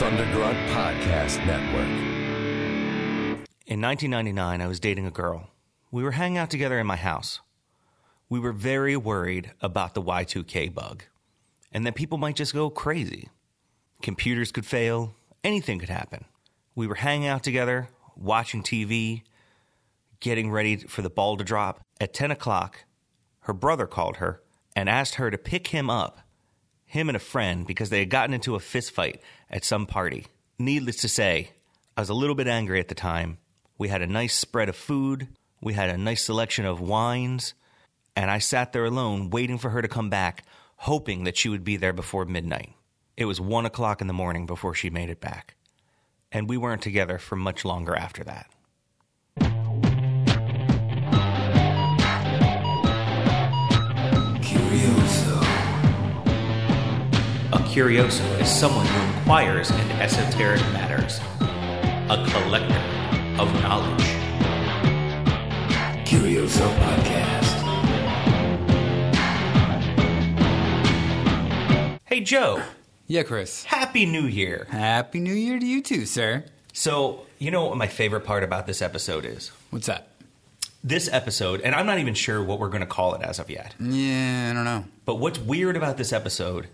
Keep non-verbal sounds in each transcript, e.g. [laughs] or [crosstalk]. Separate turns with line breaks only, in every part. Thundergrunt Podcast Network.
In 1999, I was dating a girl. We were hanging out together in my house. We were very worried about the Y2K bug and that people might just go crazy. Computers could fail, anything could happen. We were hanging out together, watching TV, getting ready for the ball to drop. At 10 o'clock, her brother called her and asked her to pick him up him and a friend because they had gotten into a fist fight at some party. Needless to say, I was a little bit angry at the time. We had a nice spread of food, we had a nice selection of wines, and I sat there alone waiting for her to come back, hoping that she would be there before midnight. It was one o'clock in the morning before she made it back, and we weren't together for much longer after that. A curioso is someone who inquires in esoteric matters, a collector of knowledge.
Curioso Podcast.
Hey, Joe,
Yeah, Chris.
Happy New Year.
Happy New Year to you too, sir.
So, you know what my favorite part about this episode is?
What's that?
This episode, and I'm not even sure what we're going to call it as of yet,
Yeah, I don't know.
but what's weird about this episode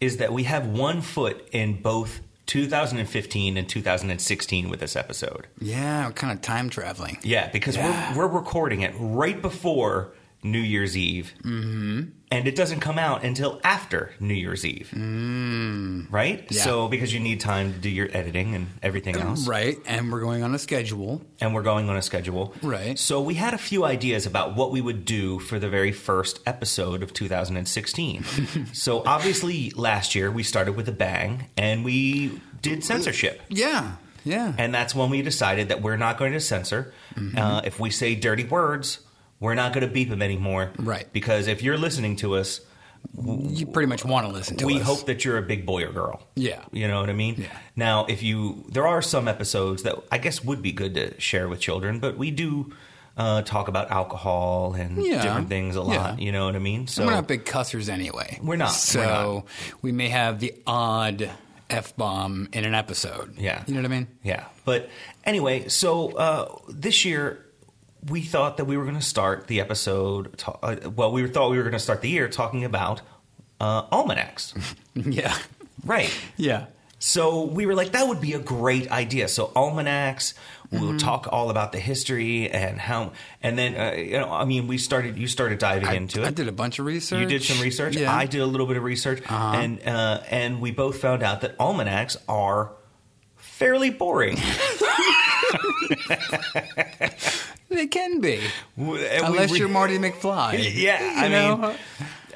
is that we have one foot in both 2015 and 2016 with this episode.
Yeah, kind of time traveling.
Yeah, because
Yeah.
We're, we're recording it right before New Year's Eve. Mm-hmm. And it doesn't come out until after New Year's Eve. Mm. Right?
Yeah. Mm,
So, because you need time to do your editing and everything else.
Right, and we're going on a schedule.
And we're going on a schedule.
Right.
So, we had a few ideas about what we would do for the very first episode of
[laughs]
2016. so, obviously, last year we started with a bang and we did censorship.
Yeah, yeah.
And that's when we decided that we're not going to censor.
Mm-hmm.
Uh, if we say dirty words, we're not going to beep them anymore.
Right.
Because if you're listening to us,
you pretty much want to listen to
we
us.
hope that you're a big boy or girl.
Yeah.
You know what I mean?
Yeah.
Now, if you, there are some episodes that I guess would be good to share with children, but we do uh, talk about alcohol and
Yeah.
different things a lot.
Yeah.
You know what I mean? So
we're not big cussers anyway.
We're not, we're
So
not.
we may have the odd f bomb in an episode.
Yeah.
you know what I mean.
Yeah. But anyway, so uh, this year we thought that we were going to start the episode. Ta- uh, well, we thought we were going to start the year talking about uh,
[laughs]
almanacs.
yeah,
right.
yeah.
So we were like, that would be a great idea. So almanacs, we'll
Mm-hmm.
talk all about the history and how, and then uh, you know, I mean, we started. You started diving into it.
I did a bunch of research.
You did some research.
Yeah. Uh-huh.
I did a little bit of research, and uh, and we both found out that almanacs are fairly
[laughs]
boring.
They can be, unless
Unless [laughs]
you're Marty [laughs] McFly.
Yeah,
you
I
know?
mean,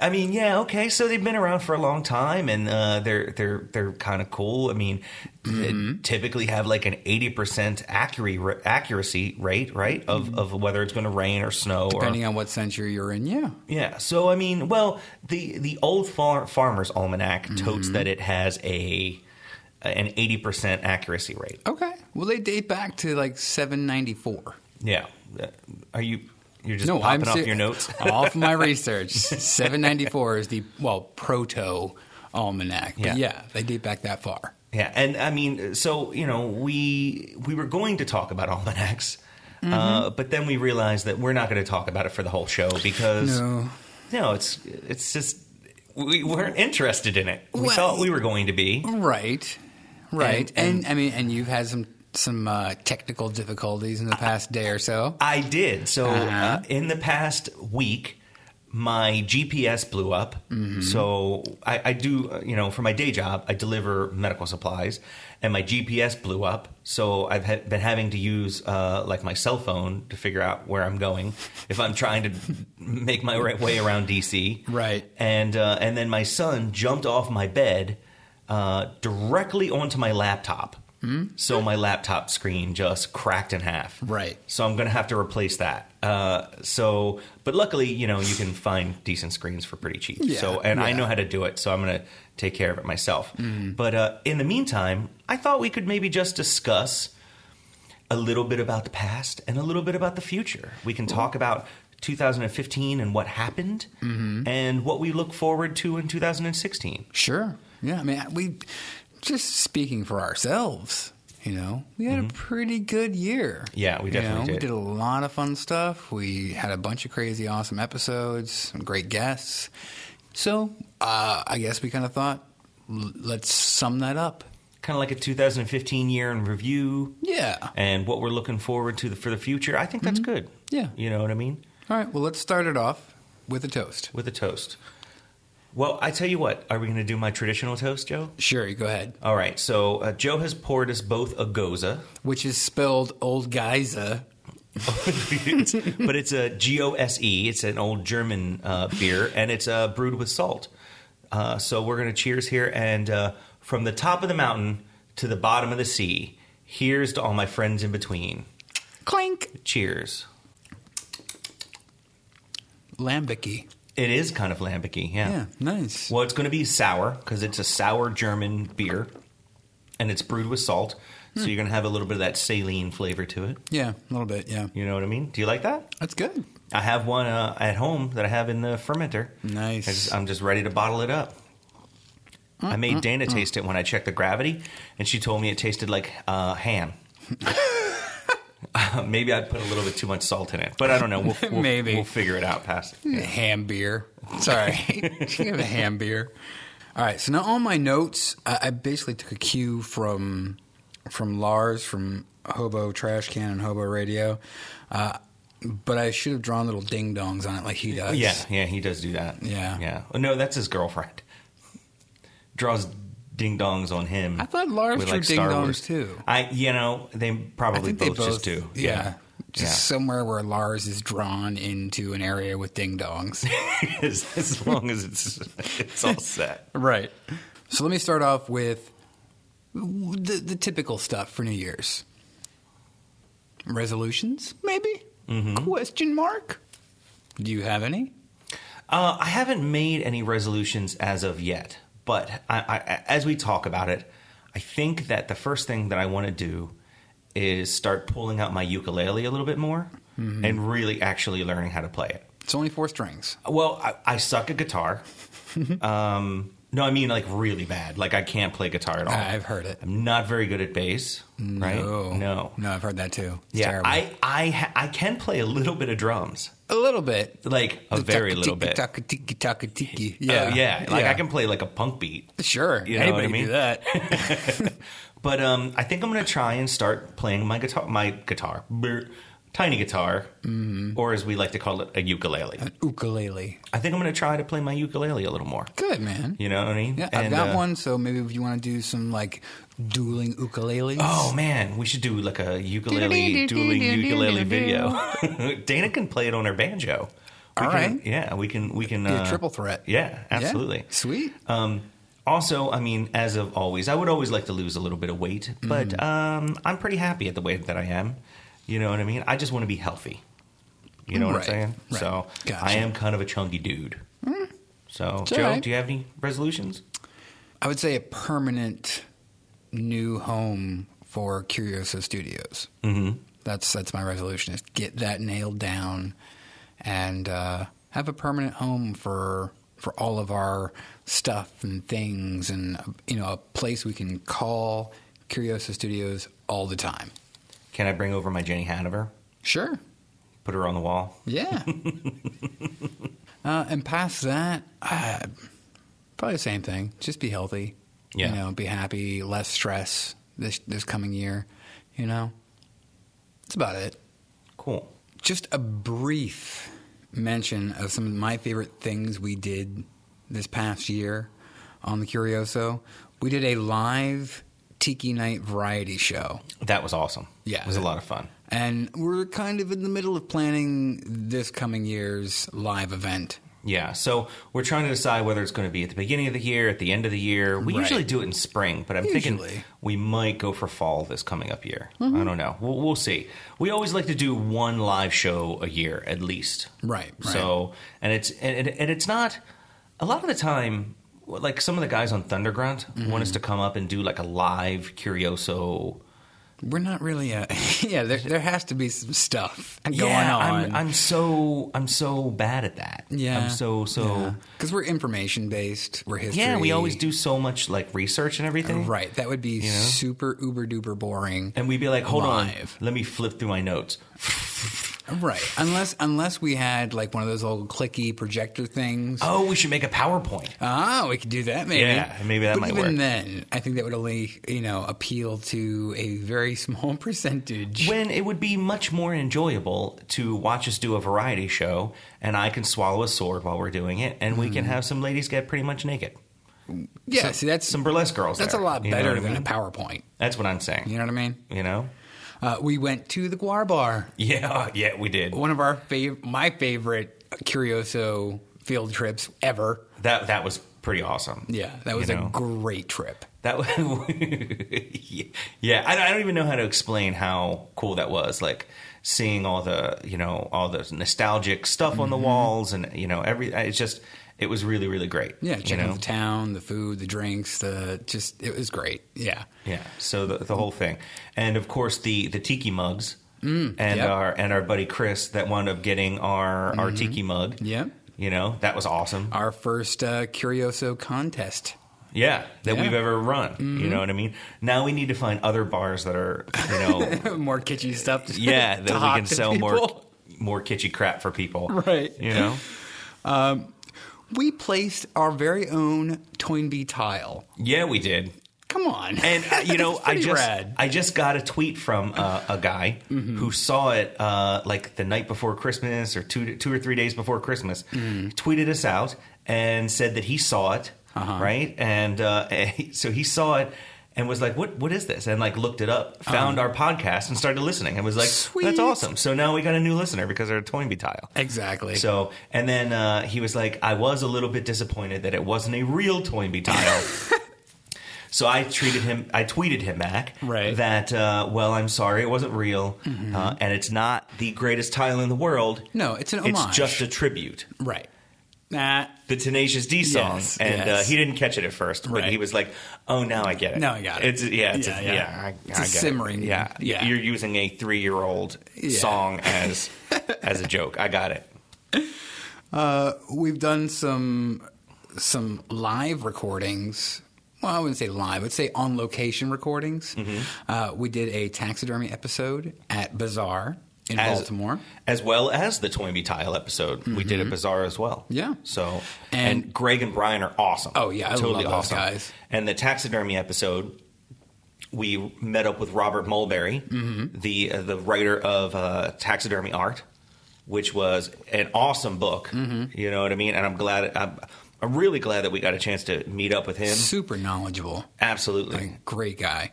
I mean, yeah, okay. So they've been around for a long time, and uh, they're they're they're kind of cool. I mean, they typically have like an eighty percent accuracy accuracy rate, right? Of of whether it's going to rain or snow,
depending
or
on what century you're in. Yeah,
yeah. So I mean, well, the the old far- farmer's almanac totes that it has a an eighty percent accuracy rate.
Okay. Well, they date back to like 794.
Yeah, uh, are you? You're just popping off
ser-
your notes. [laughs]
[laughs] off my research. 794 is the well proto almanac. But
Yeah.
yeah. they date back that far.
Yeah, and I mean, so you know, we we were going to talk about almanacs,
Mm-hmm.
uh, but then we realized that we're not going to talk about it for the whole show because
No.
no, it's it's just we weren't interested in it. We
Well-
thought we were going to be.
Right. Right.
And-
And, I mean, and you've had some some uh, technical difficulties in the past day or so.
I did. So uh
Uh-huh.
in the past week, my GPS blew up.
Mm-hmm.
So I, I do, uh, you know, for my day job, I deliver medical supplies, and my GPS blew up. So I've ha- been having to use uh, like my cell phone to figure out where I'm going if I'm trying to [laughs] make my right way around DC.
Right.
And uh, and then my son jumped off my bed uh, directly onto my laptop. So my laptop screen just cracked in half.
Right.
So I'm going to have to replace that. Uh, so, but luckily, you know, you can find decent screens for pretty cheap.
Yeah,
so, and I
yeah. Mm.
know how to do it. So I'm going to take care of it myself. But uh, in the meantime, I thought we could maybe just discuss a little bit about the past and a little bit about the future. We can talk about 2015 and what happened
Mm-hmm.
and what we look forward to in 2016.
Sure. Yeah. I mean, we just speaking for ourselves, you know, we had a pretty good year.
Mm-hmm. Yeah, we
You
definitely
know,
did.
We did a lot of fun stuff. We had a bunch of crazy, awesome episodes, some great guests. So uh, I guess we kind of thought, l- let's sum that up.
Kind of like a 2015 year in review
Yeah.
and what we're looking forward to the, for the future. I think that's good.
Mm-hmm. Yeah.
You know what I mean?
All right. Well, let's start it off with a toast.
With a toast. Well, I tell you what, are we going to do my traditional toast, Joe?
Sure, you go ahead.
All right. So uh, Joe has poured us both a goza, [laughs]
Which is spelled Old Geyser.
but it's a G O S E. It's an old German uh, beer, and it's uh, brewed with salt. Uh, so we're gonna cheers here, and uh, from the top of the mountain to the bottom of the sea. Here's to all my friends in between.
Clink.
Cheers.
Lambicky.
It is kind of lambicky, yeah.
Yeah, nice.
Well, it's going to be sour because it's a sour German beer, and it's brewed with salt. So you're going to have a little bit of that saline flavor to it.
Yeah, a little bit. Yeah,
You know what I mean? Do you like that?
that's good.
I have one uh, at home that I have in the fermenter.
Nice.
I just, I'm just ready to bottle it up. I made Dana taste it when I checked the gravity, and she told me it tasted like uh,
[laughs]
ham. Uh, Maybe I put a little bit too much salt in it, but I don't know. We'll, we'll-
Maybe.
we'll figure it out past.
Ham beer.
[laughs]
Sorry, [laughs] Can you have a ham beer. All right. So now on my notes, I, I basically took a cue from from Lars from Hobo Trash Can and Hobo Radio, uh, but I should have drawn little ding dongs on it like he does.
Yeah, yeah, he does do that.
Yeah.
yeah. Oh, no, that's his girlfriend. Draws ding dongs on him.
I thought Lars
with,
drew
like, Star
ding-dongs,
Wars.
too.
I, you know, they probably
I think
both,
they both
just do.
Yeah. Just
Yeah.
somewhere where Lars is drawn into an area with ding dongs.
[laughs] as, as long as it's it's all set.
Right. So let me start off with the, the typical stuff for New Year's. Resolutions, maybe?
Mm-hmm.
Question mark? Do you have any?
Uh, I haven't made any resolutions as of yet, but I, I, as we talk about it, I think that the first thing that I want to do is start pulling out my ukulele a little bit more
Mm-hmm.
and really actually learning how to play it.
It's only four strings.
Well, I, I suck at
[laughs]
guitar. um, no, I mean like really bad. Like I can't play guitar at all.
I've heard it.
I'm not very good at bass. Right?
No.
No.
No, I've heard that too. It's
Yeah,
terrible.
I I ha- I can play a little bit of drums,
a little bit.
like a very little bit. Oh,
Taka tiki taka tiki.
Yeah,
Yeah.
yeah. Like I can play like a punk beat.
Sure.
You know
Anybody
what I mean?
do that.
[laughs] But um, I think I'm gonna try and start playing my guitar, my guitar, brr, tiny guitar,
Mm-hmm.
or as we like to call it, a ukulele.
Uh, Ukulele.
I think I'm gonna try to play my ukulele a little more.
Good, man.
You know what I mean?
Yeah, I've
And,
got
uh,
one, so maybe if you want to do some like dueling ukuleles.
Oh man, we should do like a ukulele dueling ukulele video.
[laughs]
[laughs] Dana can play it on her banjo. We can-
All right.
Yeah, we can. We can.
Be a
uh,
triple threat.
Yeah,
Yeah?
absolutely.
Sweet.
Um, also, I mean, as of always, I would always like to lose a little bit of weight,
Mm-hmm.
but um, I'm pretty happy at the weight that I am. You know what I mean? I just want to be healthy. You know what
Right,
I'm saying?
right.
So
Gotcha. Mm.
I am kind of a chunky dude. So,
all
Joe,
right.
do you have any resolutions?
I would say a permanent new home for Curioso Studios. Mm-hmm. That's that's my resolution is get that nailed down and uh, have a permanent home for for all of our stuff and things and you know a place we can call Curioso Studios all the time.
Can I bring over my Jenny Hanover?
Sure.
Put her on the wall.
Yeah. uh, and past that, uh, probably the same thing. Just be healthy.
Yeah.
You know, be happy, less stress this this coming year. You know, that's about it.
Cool.
Just a brief mention of some of my favorite things we did this past year on the Curioso. We did a live Tiki Night variety show.
That was awesome.
Yeah.
It was a lot of fun.
And we're kind of in the middle of planning this coming year's live event.
Yeah. So we're trying to decide whether it's going to be at the beginning of the year, at the end of the year. We
Right.
usually do it in spring, but I'm thinking
Usually. Mm-hmm.
we might go for fall this coming up year. I don't know. We'll, we'll see. We always like to do one live show a year at least.
Right, right.
So, and it's, and, and- and it's not, a lot of the time,
Mm-hmm.
like some of the guys on Thunderground want us to come up and do like a live Curioso
We're not really a [laughs] yeah. There, there has to be some stuff going
yeah,
on.
I'm, I'm so I'm so bad at that.
yeah,
I'm so so.
because we're information based. We're history.
Yeah, we always do so much like research and everything.
Right, that would be super uber duper boring.
And we'd be like, hold
Live.
on, let me flip through my notes.
Right, unless unless we had like one of those old clicky projector things.
Oh, we should make a PowerPoint.
Ah, we could do that maybe.
Yeah, maybe that
but
might
even
work.
then, I think that would only you know appeal to a very [laughs] small percentage.
When it would be much more enjoyable to watch us do a variety show and I can swallow a sword while we're doing it and we can
Mm-hmm.
have some ladies get pretty much naked.
yeah, see that's
Some burlesque girls.
that's
there,
a lot
you know
better
what I
than
mean?
a PowerPoint.
That's what I'm saying.
You know what I mean?
You know? [laughs]
Uh, we went to the Guar Bar.
Yeah, yeah, we did.
One of our fav- my favorite Curioso field trips ever.
That that was pretty awesome.
Yeah, that was
You know?
a great trip.
That was, [laughs] yeah. I don't, I don't even know how to explain how cool that was. Like seeing all the you know all the nostalgic stuff on the
Mm-hmm.
walls and you know every. It's just it was really really great.
Yeah,
you
checking
know.
the town, the food, the drinks, the just it was great. Yeah,
Yeah. So the the whole thing, and of course the the tiki mugs. and
Mm, yep. Mm-hmm.
our and our buddy Chris that wound up getting our our tiki mug.
Yep.
You know that was awesome.
our first uh, Curioso contest. [laughs]
Yeah, that
Yeah. Mm-hmm.
we've ever run. You know what I mean. Now we need to find other bars that are you
[laughs]
know
More kitschy stuff. To,
yeah
[laughs] to
that we
hawk
can
to
sell more
people.
more kitschy crap for people
Right.
you know
We placed our very own Toynbee tile.
yeah we did
Come on,
and uh, you know
It's
i
pretty
just
rad. Mm-hmm.
i just got a tweet from uh, a guy who saw it uh, like the night before christmas or two two or three days before christmas He
Mm.
tweeted us out and said that he saw it
Uh-huh.
right and uh, [laughs] so he saw it and was like, what? What is this? And like looked it up, found our podcast, and started listening. And was like,
Uh-huh. Sweet.
that's awesome. So now we got a new listener because of our Toynbee tile.
[laughs] exactly.
So, and then uh, he was like, I was a little bit disappointed that it wasn't a real Toynbee
[laughs]
tile. so I treated him, I tweeted him back
Right. Mm-hmm.
that, uh, well, I'm sorry, it wasn't real. Uh, and it's not the greatest tile in the world.
no, it's an homage.
It's just a tribute.
right. Nah,
The Tenacious D song,
Yes,
and
yes.
Uh, he didn't catch it at first, but
Right.
he was like, "Oh, now I get it.
Now I got it.
It's yeah, it's
Yeah,
a,
yeah.
yeah. I,
It's
I
a
get it.
simmering-
Yeah,
yeah.
You're using a three-year-old
Yeah.
song
[laughs]
as as a joke. I got it.
we've done some some live recordings. Well, I wouldn't say live. I'd say on location recordings.
Mm-hmm.
Uh, we did a taxidermy episode at Bazaar in
As-
Baltimore.
as well as the Toynbee Tile episode. We did a bazaar as well.
Mm-hmm. Yeah.
So
And-
and, Greg and Brian are awesome.
Oh, yeah, I love those guys.
And the taxidermy episode, we met up with Robert Mulberry,
Mm-hmm.
the uh, the writer of uh, Taxidermy Art, which was an awesome book.
Mm-hmm.
You know what I mean? And I'm glad. I'm, I'm really glad that we got a chance to meet up with him.
Super knowledgeable,
Absolutely.
great guy.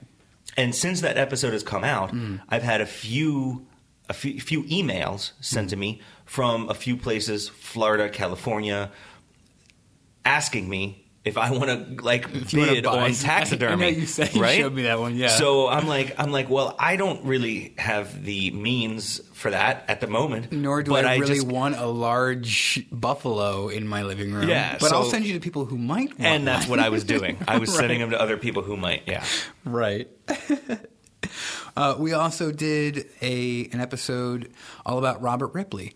And since that episode has come out,
Mm.
I've had a few a few, few emails sent to
Mm.
me from a few places, Florida, California, asking me if I want to like
you wanna
bid
buy
on
something.
taxidermy.
I know [laughs] you said- you
right?
showed me that one, yeah.
So I'm like, I'm like, well, I don't really have the means for that at the moment.
Nor do
but
I really
just-
want a large buffalo in my living room.
Yeah,
but I'll
so-
send you to people who might. Want
And that's
one.
what I was doing.
[laughs]
I was
Right.
sending them to other people who might. Yeah.
Right. [laughs] uh, we also did a an episode all about Robert Ripley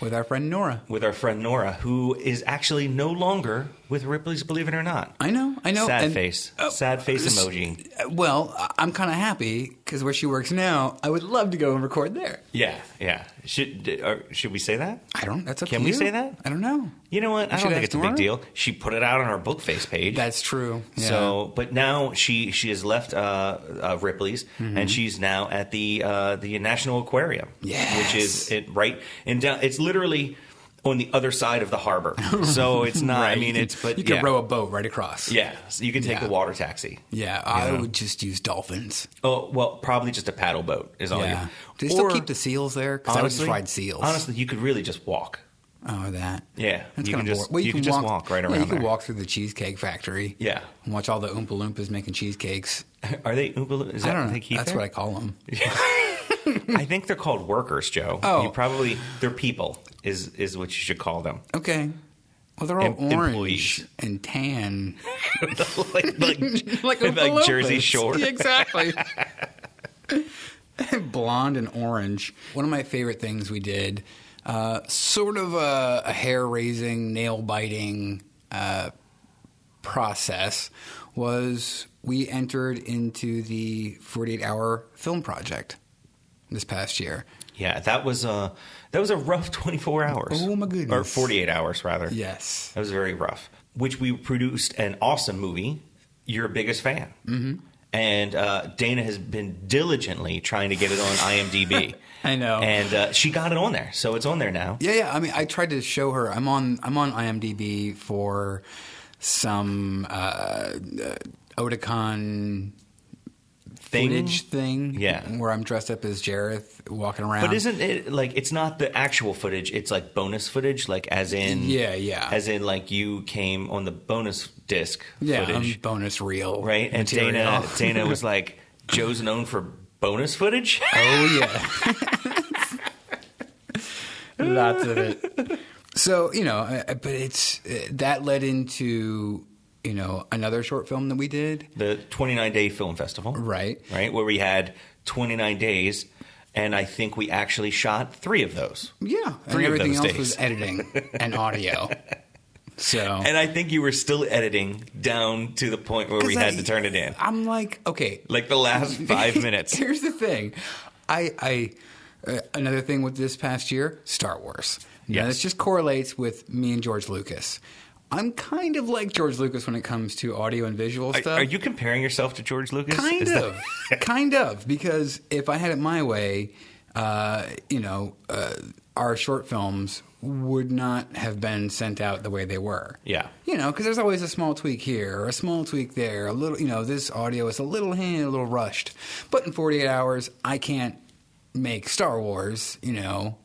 with our friend Nora.
With our friend Nora, who is actually no longer with Ripley's Believe It or Not.
I know, I know.
Sad
and-
face.
Oh,
Sad face
s-
emoji.
uh, Well, I- I'm kind of happy because where she works now, I would love to go and record there.
Yeah, yeah. Should d- or should we say that?
I don't. That's up
Can
to
we
you.
say that?
I don't know.
You know what? I
should
don't think
ask
it's a
Nora?
big deal. She put it out on her book face page.
That's true. Yeah.
So, but now she she has left uh, uh, Ripley's
Mm-hmm.
and she's now at the uh, the National Aquarium,
Yes.
which is it right in down. It's literally on the other side of the
[laughs]
harbor, so it's not. I mean, it's but
you could
yeah.
row a boat right across.
Yeah, so you can take
Yeah.
the water taxi.
Yeah, I
Yeah.
would just use dolphins.
Oh well, probably just a paddle boat is all
Yeah.
you.
Do they still
Oh, Or,
keep the seals there? Because I would just ride seals.
Honestly, you could really just walk.
Oh, that.
Yeah,
That's
you
kind
can
of
just-
boring. Well, you,
you
can,
can just
walk,
walk right
yeah,
around
You can
there.
walk through the cheesecake factory.
Yeah.
And watch all the Oompa Loompas making cheesecakes.
Are they Oompa Loompa? Is
I
that
don't
what
know.
they keep
That's
there?
what I call them.
I think they're called workers, Joe.
Oh.
you probably they're people is is what you should call
[laughs]
them,
Okay. Well, they're all
Em-
orange
employees.
and tan, [laughs]
like like, like
Oompa
Jersey
Loompas.
Shore.
Yeah, exactly. [laughs] blonde and orange. One of my favorite things we did, uh, sort of a, a hair raising, nail biting uh, process, was we entered into the 48 hour film project this past year.
Yeah, that was a that was a rough 24 hours.
Oh, my goodness.
Or 48 hours rather.
Yes.
That was very rough. Which we produced an awesome movie. Your biggest fan. Mm-hmm. And uh, Dana has been diligently trying to get it on IMDb.
[laughs] I know.
And uh, she got it on there, so it's on there now.
Yeah, yeah. I mean, I tried to show her. I'm on. I'm on IMDb for some uh, uh, Oticon
Thing?
footage thing.
Yeah.
where I'm dressed up as Jareth walking around.
But isn't it like it's not the actual footage? It's like bonus footage, like as in
Yeah, yeah.
as in like you came on the bonus disc
yeah,
footage,
I'm bonus reel.
right? And
material. [laughs]
Dana Dana was like, "Joe's known for bonus footage." [laughs]
Oh yeah. Lots of it. So you know, I- I- but it's uh, that led into you know another short film that we did.
the 29 day film festival,
Right.
Right, where we had 29 days, and I think we actually shot three of those.
Yeah, and
Three of
everything
those
else
days.
was editing
[laughs]
and audio. So
And I think you were still editing down to the point where we had to turn it in,
I'm like, okay, [laughs]
like the last [laughs] five minutes.
Here's the thing, I, I uh, another thing with this past year, Star Wars. Yeah,
Yes.
this just correlates with me and George Lucas. I'm kind of like George Lucas when it comes to audio and visual
Are,
stuff.
are you comparing yourself to George Lucas?
kind
Is that- [laughs]
of, kind of, because if I had it my way, uh, you know, uh, our short films would not have been sent out the way they were.
Yeah.
you know, because there's always a small tweak here, or a small tweak there, a little, you know, this audio is a little hand, a little rushed, but in 48 hours, I can't make Star Wars, you know.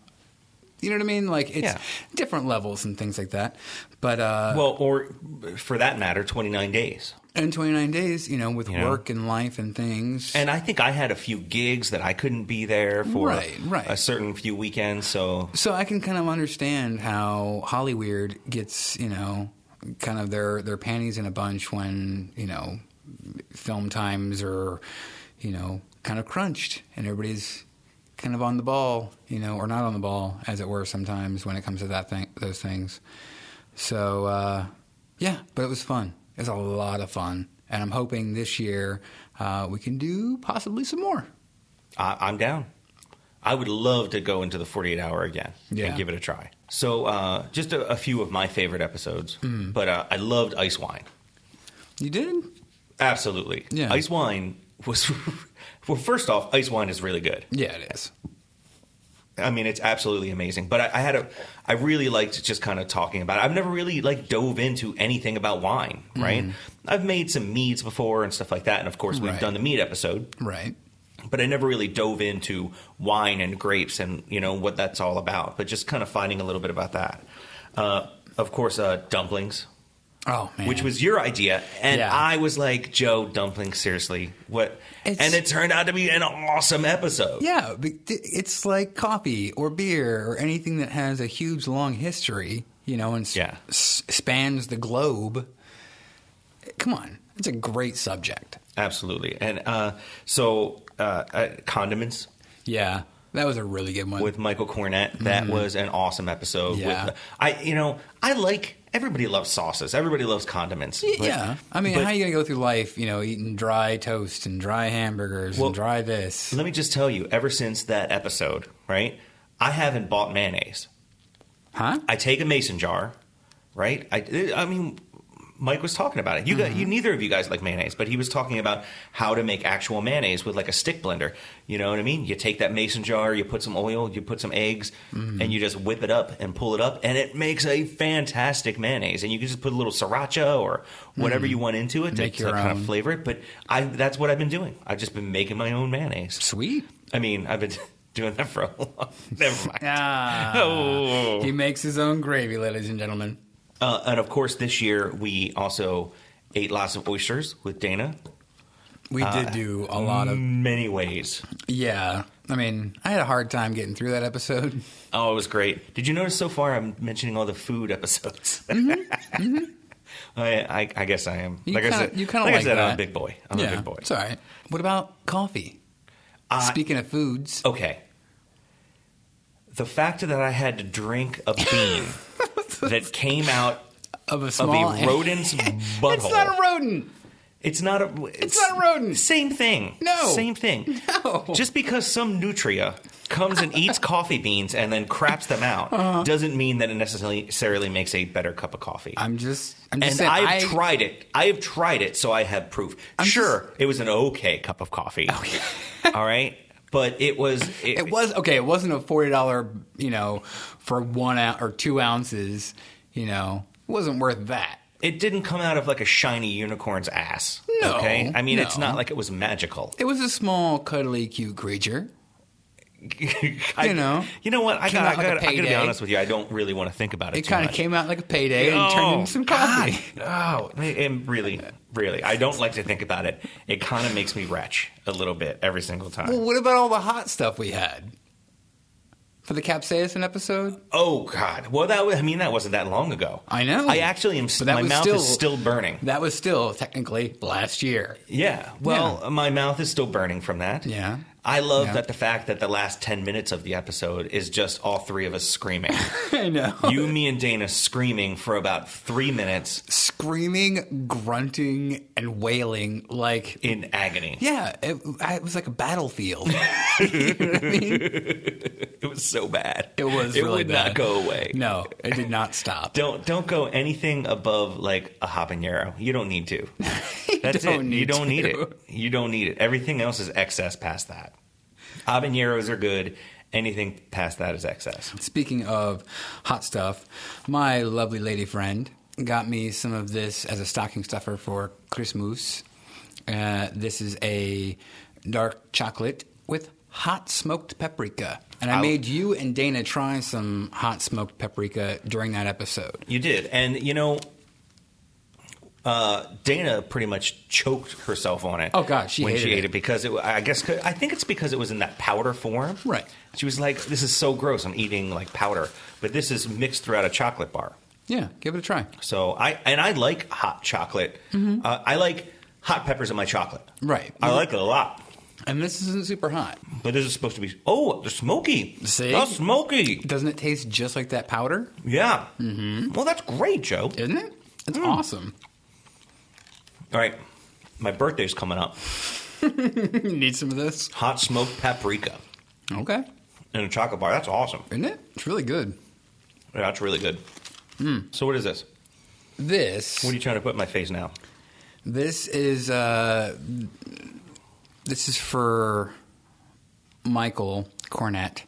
You know what I mean? Like it's
Yeah.
different levels and things like that. But uh,
Well, or for that matter, 29 days.
in 29 days, you know, with
know?
work and life and things,
And I think I had a few gigs that I couldn't be there for
Right, right.
a certain few weekends. So,
So I can kind of understand how Hollyweird gets, you know, kind of their their panties in a bunch when you know film times are, you know, kind of crunched and everybody's kind of on the ball, you know, or not on the ball as it were sometimes when it comes to that thing those things. So uh, yeah, but it was fun. It was a lot of fun, and I'm hoping this year uh, we can do possibly some more.
I, I'm down. I would love to go into the 48 hour again
Yeah.
and give it a try. So, uh, just a, a few of my favorite episodes,
Hmm.
but uh, I loved Ice Wine.
You did?
Absolutely.
Yeah.
Ice Wine was, [laughs] well, first off, Ice Wine is really good.
Yeah, it is.
I mean, it's absolutely amazing. But I, I had a, I really liked just kind of talking about it. I've never really like dove into anything about wine, right? I've made some meads before and stuff like that, and of course we've
Mm-hmm. Right.
done the mead episode,
Right.
but I never really dove into wine and grapes and you know what that's all about. But just kind of finding a little bit about that. Uh, of course, uh, dumplings,
Oh man.
which was your idea, and
Yeah.
I was like, Joe, dumplings, seriously, what?
It's-
and it turned out to be an awesome episode.
Yeah, but th- it's like coffee or beer or anything that has a huge long history, you know, and s-
Yeah.
s- spans the globe. Come on, it's a great subject.
Absolutely. And uh, so, uh, uh, condiments
Yeah, that was a really good one.
with Michael Cornett. That was an awesome episode.
Mm-hmm. Yeah.
With, I, you know, I like. Everybody loves sauces. Everybody loves condiments.
Y-
But-
yeah, I mean,
but
how are you gonna go through life, you know, eating dry toast and dry hamburgers
Well,
and dry this?
let me just tell you. Ever since that episode, right? I haven't bought mayonnaise.
Huh?
I take a mason jar, right? I, I mean, Mike was talking about it. You got
Mm-hmm.
you. Neither of you guys like mayonnaise, but he was talking about how to make actual mayonnaise with like a stick blender. You know what I mean? You take that mason jar, you put some oil, you put some eggs,
Mm-hmm.
and you just whip it up and pull it up, and it makes a fantastic mayonnaise. And you can just put a little sriracha or whatever you want into it to,
Mm-hmm. Make
to
your
kind
own.
of flavor it. But I that's what I've been doing. I've just been making my own mayonnaise.
Sweet.
I mean, I've been [laughs] doing that for a long. Never mind.
Ah,
[laughs] Oh.
he makes his own gravy, ladies and gentlemen.
Uh, and of course, this year we also ate lots of oysters with Dana.
We
Uh,
did do a lot of.
Many ways.
Yeah, I mean, I had a hard time getting through that episode. [laughs]
Oh, it was great. Did you notice so far I'm mentioning all the food episodes? [laughs] I, I, I guess I am.
Mm-hmm. You
like I
kinda-
said,
you kinda
like I
like
said, I'm
that.
a big boy. Uh, I'm a big boy.
It's all right. What about coffee? Speaking of foods,
Okay. The fact that I had to drink a
[laughs]
bean that came out
of a
of
small
a rodent's butthole.
[laughs] It's not a rodent.
It's not a. It's,
not a rodent.
Same thing.
No.
Same thing.
[laughs] No.
Just because some nutria comes and
[laughs]
eats coffee beans and then craps them out
Uh-huh.
doesn't mean that it necessarily necessarily makes a better cup of coffee.
I'm just. I'm just
and
saying.
I've
I-
tried it. I have tried it, so I have proof. sure, it was an okay cup of coffee.
[laughs]
All right, but it was. It,
It was okay. It wasn't a forty dollar, you know, for one ou- or two ounces. You know, it wasn't worth that.
It didn't come out of like a shiny unicorn's ass.
No,
Okay. I mean, it's
no.
not like it was magical.
It was a small, cuddly, cute creature.
[laughs] I,
You know.
You know what? I
Came
got. I
out like
got.
a
I got to be
payday.
honest with you. I don't really want to think about it.
It
too
kind of
much.
came out like a payday and turned
Oh,
into some coffee.
Oh, and really, really, I don't like to think about it. It kind of makes me retch a little bit every single
Well,
time.
what about all the hot stuff we had for the capsaicin episode?
Oh God! Well, that was, I mean, that wasn't that long ago.
I know.
I actually am.
But that
my
was
mouth
still-
is still burning.
That was still technically last year. [laughs]
Yeah. Well, my mouth is still burning from that.
Yeah.
I love
Yeah.
that the fact that the last ten minutes of the episode is just all three of us
[laughs]
screaming.
I know.
you, me, and Dana screaming for about three minutes
Screaming, grunting, and wailing like
in agony.
yeah, it, I- it was like
[laughs]
a battlefield.
It was so bad.
It was
It
really
would
bad.
not go away.
No, it did not stop.
Don't don't go anything above like a habanero. You don't need
[laughs]
to. That's
don't
it. you
need
don't need
to.
it. You don't need it. Everything else is excess past that. Habaneros are good. Anything past that is excess.
Speaking of hot stuff, my lovely lady friend got me some of this as a stocking stuffer for Christmas. Uh, this is a dark chocolate with hot smoked paprika. And I
I'll-
made you and Dana try some hot smoked paprika during that episode.
You did, and you know, uh, Dana pretty much choked herself on it.
Oh, God, she
when she
hated
ate
it.
it because it. I guess I think it's because it was in that powder form.
Right.
She was like, "This is so gross. I'm eating like powder, but this is mixed throughout a chocolate bar."
Yeah, give it a try.
So I and I like hot chocolate. Uh, I like hot peppers in my chocolate.
Right.
I like it a lot.
And this isn't super hot.
But this is supposed to be oh, they're smoky.
See?
They're smoky.
Doesn't it taste just like that powder?
Yeah. Mm-hmm. Well, that's great, Joe.
Isn't it? It's awesome. [laughs]
All right, my birthday's coming up.
you need some of this?
Hot smoked paprika
Okay.
in a chocolate bar. That's awesome.
Isn't it? It's really good.
Yeah, that's really good. So what is this?
This
What are you trying to put in my face now?
This is uh, this is for Michael Cornett.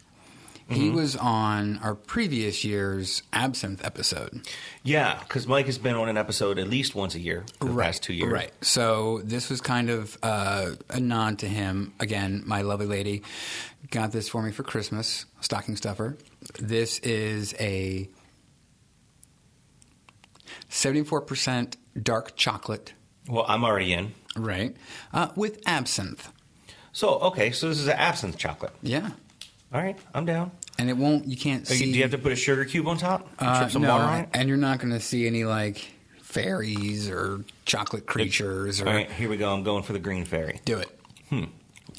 He was on our previous year's absinthe episode.
Yeah, because Mike has been on an episode at least once a year for the past two years.
Right. So this was kind of uh, a nod to him. Again, my lovely lady got this for me for Christmas, stocking stuffer. This is a 74% dark chocolate,
Well, I'm already in.
right? Uh, with absinthe.
So okay, so this is an absinthe chocolate.
Yeah.
All right, I'm down.
and it won't. You can't
Are Oh, you-
see.
do you have to put a sugar cube on top? and
uh,
Trip some
no,
water on it?
and you're not going to see any like fairies or chocolate creatures or
All right, here we go. I'm going for the green fairy. Mm-hmm.
do it.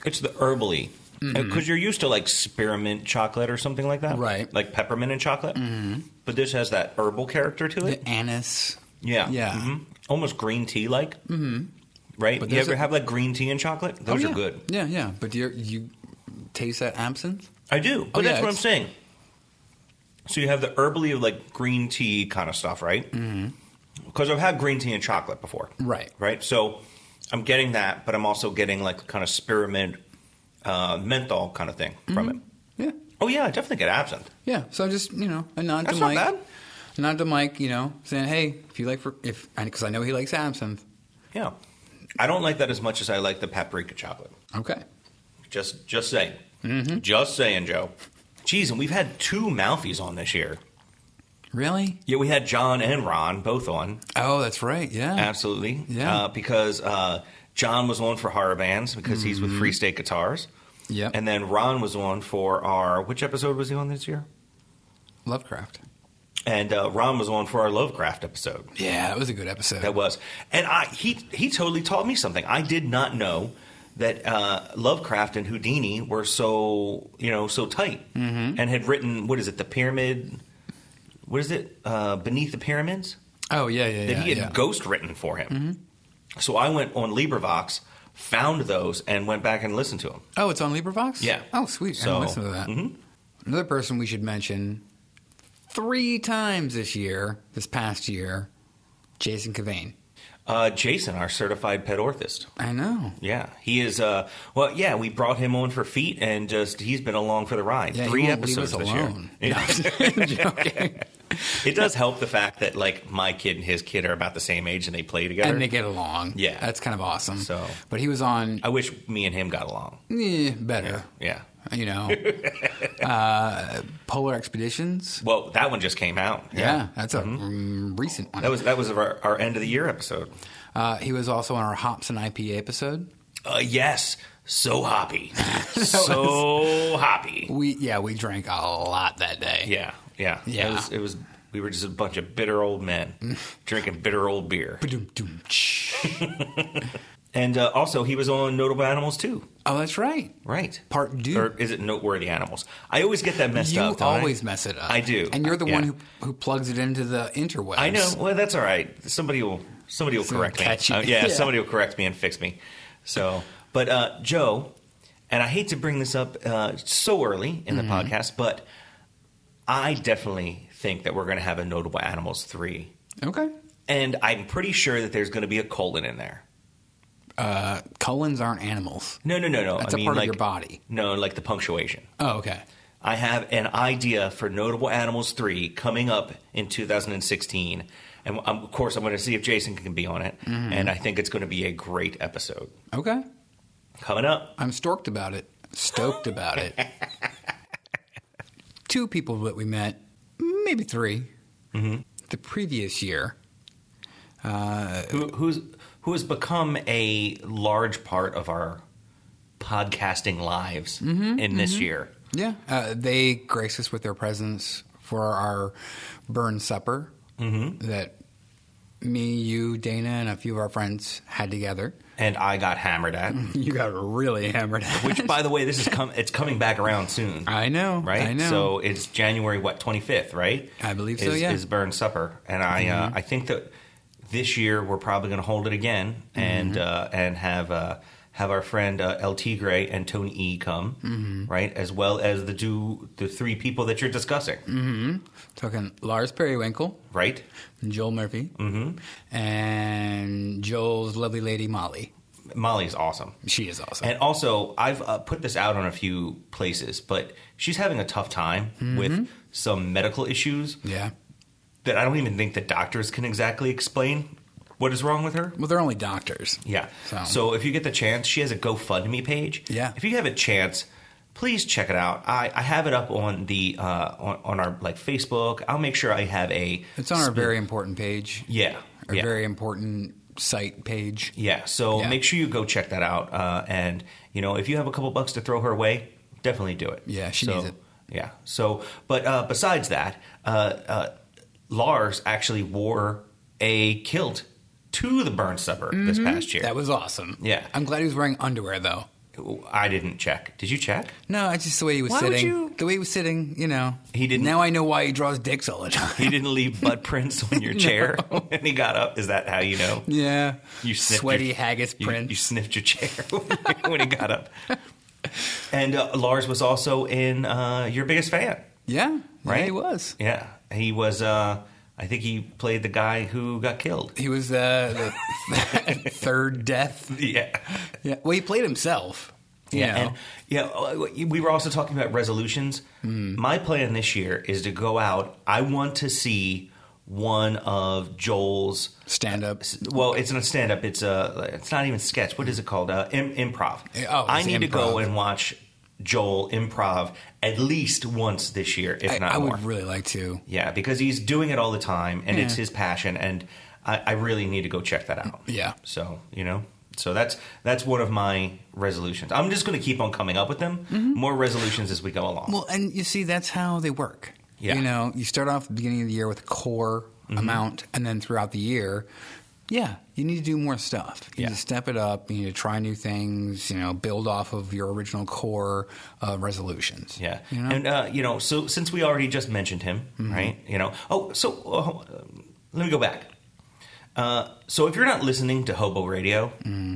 It's the herbally. Because you're used to like spearmint chocolate or something like that.
Right.
Like peppermint and chocolate. Mm-hmm. But this has that herbal character to it.
The anise.
yeah.
yeah.
hmm Almost green tea like. Mm-hmm. Right?
But
you
there's
ever
a-
have like green tea and chocolate? Those
Oh,
are
yeah.
good.
Yeah, yeah. But do you, you taste that absinthe?
I do. But
Oh, yeah,
that's what I'm
it's-
saying. So you have the herbally of like green tea kind of stuff, right? Mm-hmm. Because I've had green tea and chocolate before.
Right.
Right. So I'm getting that, but I'm also getting like kind of spearmint, uh, menthol kind of thing from
Mm-hmm.
it.
Yeah,
Oh yeah, I definitely get absinthe.
yeah. So just you know, a nod
That's
to
not
Mike.
bad.
A nod to Mike. You know, saying, hey, if you like for if because I know he likes absinthe.
Yeah. I don't like that as much as I like the paprika chocolate.
Okay.
Just just saying.
Mm-hmm.
Just saying, Joe. Jeez, and we've had two Malfies on this year.
Really?
Yeah, we had John and Ron both on.
Oh, that's right. Yeah.
Absolutely.
Yeah.
Uh, because uh, John was on for horror bands because he's with Free State Guitars.
Mm-hmm. Yep.
And then Ron was on for our which episode was he on this year?
Lovecraft.
And uh, Ron was on for our Lovecraft episode.
Yeah, that was a good episode.
That was, and I he he totally taught me something I did not know that uh, Lovecraft and Houdini were so you know so tight
Mm-hmm.
and had written what is it the pyramid what is it uh, beneath the pyramids
Oh yeah, yeah, yeah.
that he had
yeah. Mm-hmm.
ghost written for him. So I went on LibriVox, found those, and went back and listened to them.
oh, it's on LibriVox.
Yeah.
Oh, sweet.
So- mm-hmm.
I didn't listen to that. Another person we should mention three times this year, this past year, Jason Cobain.
Uh, Jason, our certified pet orthist.
I know.
Yeah, he is. Uh, well, yeah, we brought him on for feet, and just he's been along for the ride.
Yeah,
Three
he won't leave
episodes
us
this [laughs]
alone. [laughs]
year.
No, I'm joking.
It does help the fact that like my kid and his kid are about the same age and they play together.
and they get along.
Yeah.
that's kind of awesome.
So-
but he was on
I wish me and him got along.
eh, better,
Yeah.
you know, uh,
[laughs]
Polar Expeditions.
Well, that one just came out.
Yeah, that's a
Mm-hmm.
mm, recent one.
That was that was our, our end of the year episode.
uh, he was also on our Hops and IPA episode.
Uh, yes, so
[laughs]
hoppy, so hoppy.
We yeah, we drank a lot that day.
Yeah, yeah,
Yeah. Mm.
It was, it was. We were just a bunch of bitter old men drinking bitter old beer.
Ba-dum-dum, tsh.
And uh, also, he was on Notable Animals too.
oh, that's right.
Right.
Part due.
Or is it Noteworthy Animals? I always get that messed
you
up. don't I?
always mess it up.
I do.
and you're the
Yeah.
one who who plugs it into the interwebs.
I know. Well, that's all right. Somebody will somebody will
Somebody
correct
will catch
me.
you.
Uh, yeah,
[laughs] Yeah.
somebody will correct me and fix me. So, but uh, Joe, and I hate to bring this up uh, so early in the
Mm-hmm.
podcast, but I definitely think that we're going to have a notable animals three,
Okay,
and I'm pretty sure that there's going to be a colon in there.
colons Uh, aren't animals.
No, no, no, no.
That's
I
a
mean,
part of
like,
your body.
No, like the punctuation.
Oh, okay.
I have an idea for Notable Animals 3 coming up in 2016. And um, of course, I'm going to see if Jason can be on it.
Mm-hmm.
And I think it's going to be a great episode.
Okay,
Coming up.
I'm storked about it. Stoked
[laughs]
about it. Two people that we met, maybe 3
Mm-hmm.
the previous year.
Who, who's, who has become a large part of our podcasting lives
Mm-hmm.
in this year?
Yeah, uh, they grace us with their presence for our burn supper
Mm-hmm.
that me, you, Dana, and a few of our friends had together. [laughs]
And I got hammered at.
You got really hammered.
Which, by the way, this is com- it's coming back around soon.
[laughs] I know,
right?
I know.
So it's January what twenty fifth, right?
I believe so,
Is,
yeah. Mm-hmm.
is Burn Supper, and I uh, I think that this year we're probably going to hold it again and
Mm-hmm.
uh, and have uh, have our friend uh, El Tigre and Tony E come,
Mm-hmm.
right? As well as the two the three people that you're discussing,
Mm. talking Lars Periwinkle,
right?
Joel Murphy,
Mm-hmm.
and Joel's lovely lady Molly.
Molly's awesome.
She is awesome.
And also, I've uh, put this out on a few places, but she's having a tough time
Mm-hmm.
with some medical issues
yeah.
that I don't even think the doctors can exactly explain what is wrong with her.
Well, they're only doctors.
Yeah. So.
So-
if you get the chance, she has a GoFundMe page.
Yeah.
If you have a chance, please check it out. I, I have it up on the uh, on, on our like Facebook. I'll make sure I have a.
It's on our very important page.
Yeah.
Our
yeah.
very important site page.
yeah. So
Yeah.
make sure you go check that out. Uh, and you know, if you have a couple bucks to throw her way, definitely do it.
Yeah, she
So-
needs it.
Yeah. So, but uh, besides that, uh, uh, Lars actually wore a kilt to the burn supper this past year.
Mm-hmm. That was awesome.
Yeah.
I'm glad he was wearing underwear though.
I didn't check. Did you check?
No, it's just the way he was
Why would
sitting.
you-
The way he was sitting, you know.
He didn't-
Now I know why he draws dicks all
[laughs]
the time.
He didn't leave butt prints on
[laughs]
your chair when he got up. Is that how you know?
yeah.
You sniffed
sweaty
your-
haggis
You,
print.
you sniffed your chair [laughs]
[laughs]
when he got up. And uh, Lars was also in uh, Your Biggest Fan.
yeah.
Right?
Yeah, he was.
Yeah. He was, uh, I think he played the guy who got killed. [laughs]
[laughs] He was uh, the [laughs] third death.
Yeah.
Yeah. Well, he played himself. You
Yeah,
know.
and, yeah. uh, We were also talking about resolutions.
Hmm.
My plan this year is to go out. I want to see one of Joel's
Stand up.
well, it's not stand up. It's uh, it's not even sketch. What is it called? Uh, Im- improv.
Yeah, oh, it's
I need to go
improv.
and watch Joel improv at least once this year, if
I,
not
I
more.
would really like to.
yeah, because he's doing it all the time, and it's
Yeah.
his passion, and I, I really need to go check that out.
Yeah.
So you know, so that's that's one of my resolutions. I'm just going to keep on coming up with them, more resolutions as we go along.
Mm-hmm. Well, and you see, that's how they work.
Yeah. Mm-hmm.
You know, you start off at the beginning of the year with a core amount, and then throughout the year, Yeah, you need to do more stuff. You
Yeah.
need to step it up. You need to try new things. You know, build off of your original core uh, resolutions.
Yeah,
You know?
and
Mm-hmm.
uh, you know, so since we already just mentioned him, right? You know, oh, so uh, let me go back. Uh, so if you're not listening to Hobo Radio,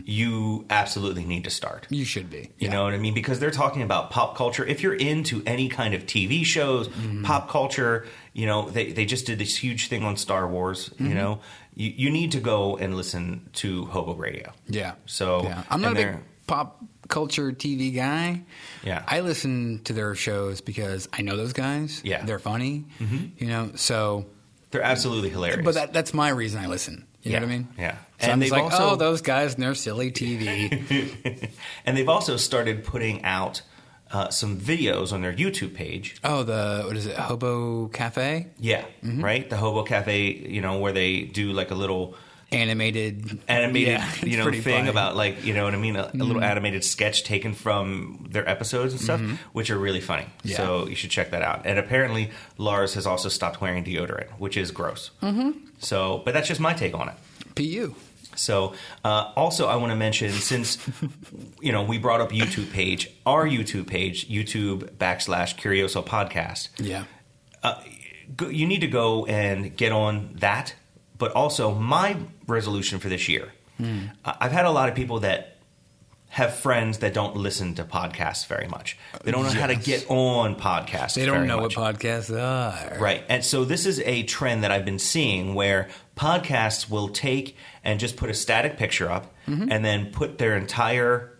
you absolutely need to start.
you should be.
You
Mm. yeah.
know what I mean? Because they're talking about pop culture. If you're into any kind of TV shows,
Mm-hmm.
pop culture, you know, they, they just did this huge thing on Star Wars,
Mm-hmm.
you know, you, you need to go and listen to Hobo Radio.
Yeah.
So,
yeah. I'm not
and
a big
they're-
pop culture TV guy.
Yeah.
I listen to their shows because I know those guys.
Yeah. Mm-hmm.
They're funny. You know, so
They're absolutely hilarious.
but that that's my reason I listen. You
Yeah,
know what I mean?
yeah.
So
And
I'm just
they've
like,
also-
oh, those guys and their silly
[laughs]
TV.
and they've also started putting out uh, some videos on their YouTube page.
oh, the what is it? Hobo Cafe
Yeah, Mm-hmm. right? The Hobo Cafe, you know, where they do like a little
animated
animated,
Yeah, it's
you know,
pretty Mm-hmm.
thing
funny.
about like, you know what I mean, a, a little animated sketch taken from their episodes and stuff, which are really funny.
Mm-hmm. Yeah.
So you should check that out. And apparently, Lars has also stopped wearing deodorant, which is gross. Mm-hmm. So, but that's just my take on it.
PU.
So, uh, also, I want to mention since you know we brought up YouTube page, our YouTube page, YouTube backslash Curioso Podcast. uh,
Yeah.
Go, you need to go and get on that. But also, my resolution for this year,
Hmm.
I- I've had a lot of people that have friends that don't listen to podcasts very much. They don't know how to
Yes.
get on podcasts.
They don't
very
know
much.
what podcasts are.
Right. And so this is a trend that I've been seeing where podcasts will take and just put a static picture up
Mm-hmm.
and then put their entire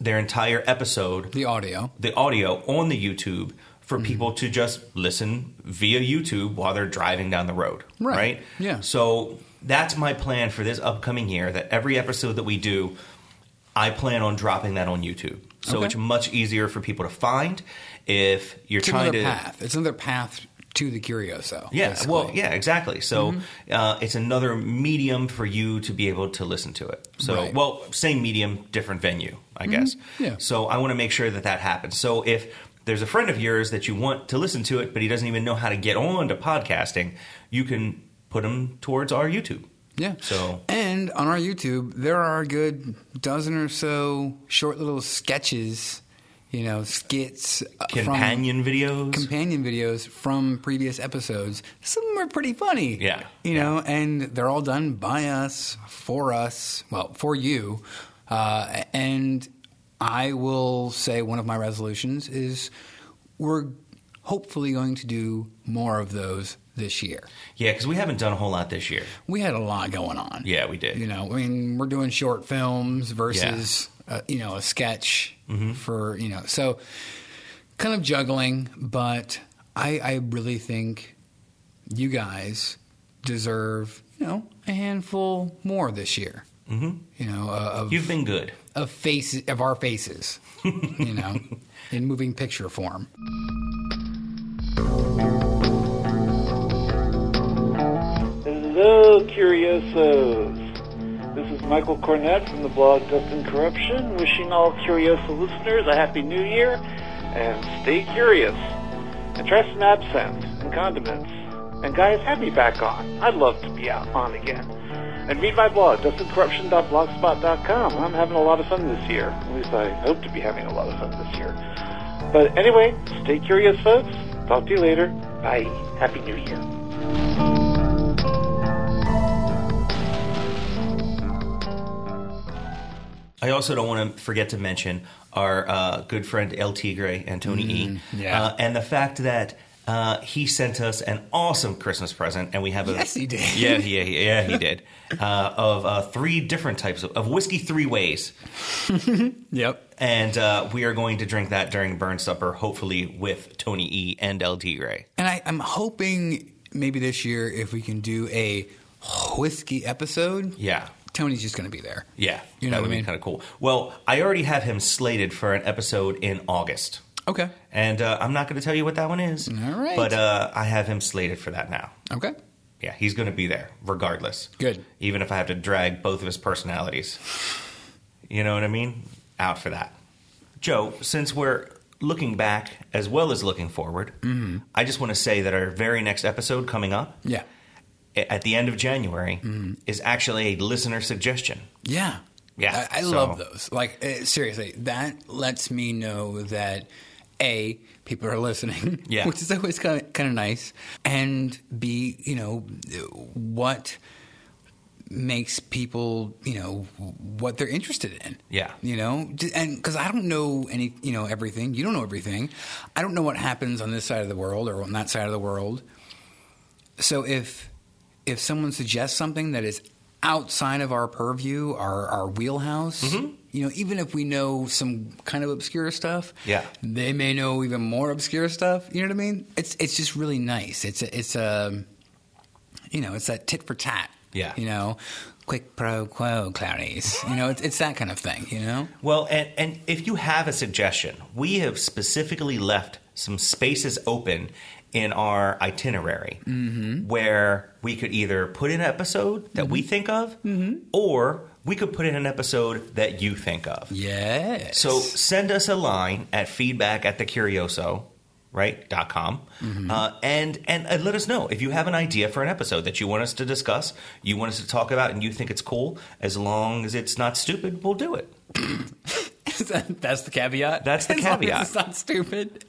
their entire episode,
The audio.
the audio on the YouTube for
Mm-hmm.
people to just listen via YouTube while they're driving down the road.
Right. Yeah.
So that's my plan for this upcoming year that every episode that we do I plan on dropping that on YouTube. So
Okay.
it's much easier for people to find if you're
It's
trying
another
to
path. It's another path to the Curioso.
yeah,
basically. Mm-hmm.
well, yeah, exactly. So uh, it's another medium for you to be able to listen to it. So,
Right. Mm-hmm.
well, same medium, different venue, I guess.
Yeah.
So I want to make sure that that happens. So if there's a friend of yours that you want to listen to it, but he doesn't even know how to get on to podcasting, you can put him towards our YouTube.
Yeah.
So-
and on our YouTube, there are a good dozen or so short little sketches, you know, skits, uh,
Companion videos.
from, companion videos from previous episodes. Some are pretty funny.
Yeah.
You
Yeah.
know, and they're all done by us for us. Well, for you, uh, and I will say one of my resolutions is we're hopefully going to do more of those this year.
yeah, because we haven't done a whole lot this year.
We had a lot going on.
Yeah, we did.
You know, I mean, we're doing short films versus uh, you know a sketch for you know, so kind of juggling. But I, I really think you guys deserve you know a handful more this year. Mm-hmm. You know, uh, of
You've been good.
of faces of our [laughs] faces. you know, in moving picture form.
Hello, Curiosos. This is Michael Cornett from the blog Dust and Corruption, wishing all Curioso listeners a Happy New Year and stay curious. And try some absinthe and condiments. And guys, have me back on. I'd love to be out on again. And read my blog, dustandcorruption.blogspot.com. I'm having a lot of fun this year. At least I hope to be having a lot of fun this year. But anyway, stay curious, folks. Talk to you later. Bye. Happy New Year.
I also don't want to forget to mention our uh, good friend El Tigre and Tony E.
Mm, yeah.
Uh, and the fact that uh, he sent us an awesome Christmas present, and we have a
Yes, he did.
[laughs] Yeah, yeah, he- yeah, he did. Uh, of uh, three different types of, of whiskey, three ways,
Yep.
and uh, we are going to drink that during Burn Supper, hopefully with Tony E and El Tigre.
And I, I'm hoping maybe this year if we can do a whiskey episode.
Yeah.
Tony's just going to be there.
Yeah,
You
that
know
would
what I
be
mean?
kind of cool. Well, I already have him slated for an episode in August.
Okay.
And uh, I'm not going to tell you what that one is.
All right.
But uh, I have him slated for that now.
Okay.
Yeah, he's going to be there regardless.
Good.
Even if I have to drag both of his personalities. You know what I mean? Out for that. Joe, since we're looking back
Mm-hmm.
as well as looking forward, I just want to say that our very next episode coming up
Yeah.
a- at the end of January
Mm-hmm.
is actually a listener suggestion.
Yeah.
Yeah,
I, I
so-
love those. Like, eh, seriously, that lets me know that A, people are listening, [laughs]
Yeah.
which is always kind of, kind of nice, and B, you know, what makes people, you know, what they're interested in.
Yeah.
You know, J- and because I don't know any, you know, everything. You don't know everything. I don't know what happens on this side of the world or on that side of the world. So if if someone suggests something that is outside of our purview, our our wheelhouse,
Mm-hmm.
you know, even if we know some kind of obscure stuff,
Yeah.
they may know even more obscure stuff. You know what I mean? It's it's just really nice. It's a, it's a you know, it's that tit for tat.
Yeah.
You know, quick pro quo, Clarice. You know, it's, it's that kind of thing. You know.
Well, and, and if you have a suggestion, we have specifically left some spaces open in our itinerary where we could either put in an episode that we think of or we could put in an episode that you think of.
Yes. [laughs]
So send us a line at feedback at thecurioso, right, dot com, uh, and, and and let us know if you have an idea for an episode that you want us to discuss, you want us to talk about, and you think it's cool. As long as it's not stupid, we'll do it.
that's the caveat.
That's the
[laughs] As long as
caveat.
It's not stupid.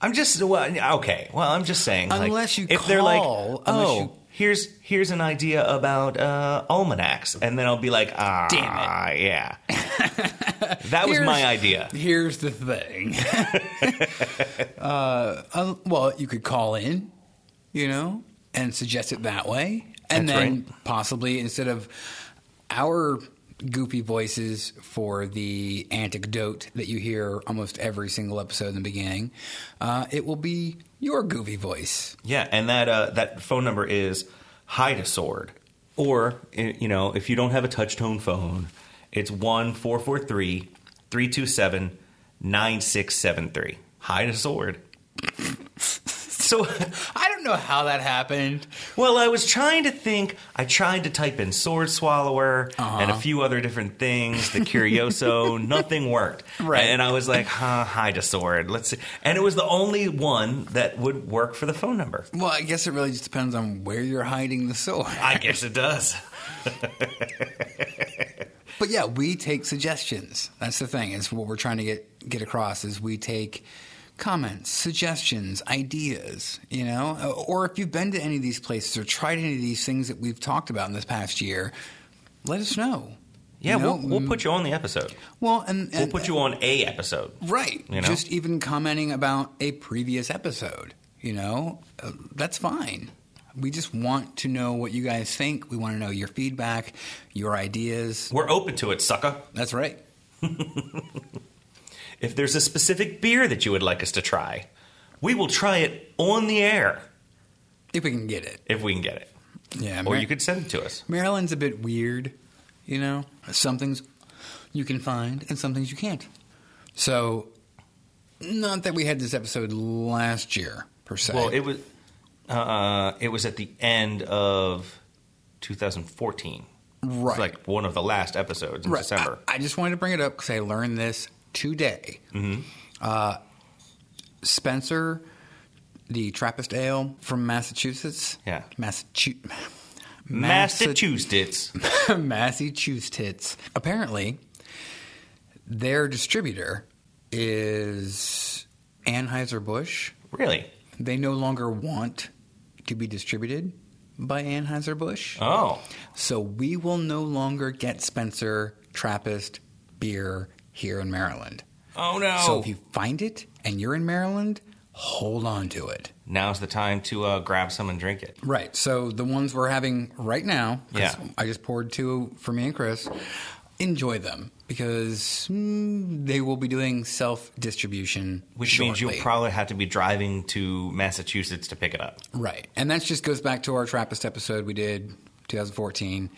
I'm just well, okay. Well, I'm just saying. like,
Unless you
if they're like,
call, unless
oh,
you-
here's here's an idea about uh, almanacs, and then I'll be like, ah,
Damn [laughs]
yeah, that was
Here's-
my idea.
Here's the thing. [laughs] uh, um, well, you could call in, you know, and suggest it that way, and
That's
then possibly instead of our goofy voices for the anecdote that you hear almost every single episode in the beginning, uh, it will be your goofy voice. [laughs]
Yeah, and that uh, that phone number is hide a sword, or i- you know, if you don't have a touch tone phone, it's one four four three three two seven nine six seven three. Hide a sword. [laughs] so.
I don't know how that happened.
Well, I was trying to think. I tried to type in sword swallower and a few other different things. The curioso, nothing worked.
Right.
and I was like, "Huh, hide a sword." Let's see. And it was the only one that would work for the phone number.
Well, I guess it really just depends on where you're hiding the sword.
I guess it does.
But yeah, we take suggestions. That's the thing. Is what we're trying to get get across is we take comments, suggestions, ideas. You know, Uh, or if you've been to any of these places or tried any of these things that we've talked about in this past year, let us know.
Yeah,
You know,
we'll, we'll put you on the episode.
Well, and,
We'll
and-
put you on a episode.
right.
you know?
Just even commenting about a previous episode. You know, uh, that's fine. We just want to know what you guys think. We want to know your feedback, your ideas.
We're open to it, sucker.
That's right.
If there's a specific beer that you would like us to try, we will try it on the air
If we can get it.
if we can get it,
Yeah.
or
Mar-
you could send it to us.
Maryland's a bit weird, you know. Some things you can find, and some things you can't. So, not that we had this episode last year per se.
Well, it was uh, it was at the end of 2014.
right,
It's like one of the last episodes in
right. Uh,
December.
I, I just wanted to bring it up because I learned this today. Uh,
Mm-hmm.
Spencer, the Trappist Ale from Massachusetts.
Yeah.
Massachusetts.
Massachusetts.
[laughs] Massachusetts. Apparently, their distributor is Anheuser Busch.
Really?
They no longer want to be distributed by Anheuser Busch,
Oh,
so we will no longer get Spencer Trappist beer here in Maryland.
oh no!
So if you find it and you're in Maryland, hold on to it.
Now's the time to uh, grab some and drink it.
Right. So the ones we're having right now, 'cause
Yeah.
I just poured two for me and Chris. Enjoy them because mm, they will be doing self distribution,
Which means you'll probably have to be driving to Massachusetts to pick it up.
right. And that just goes back to our Trappist episode we did 2014.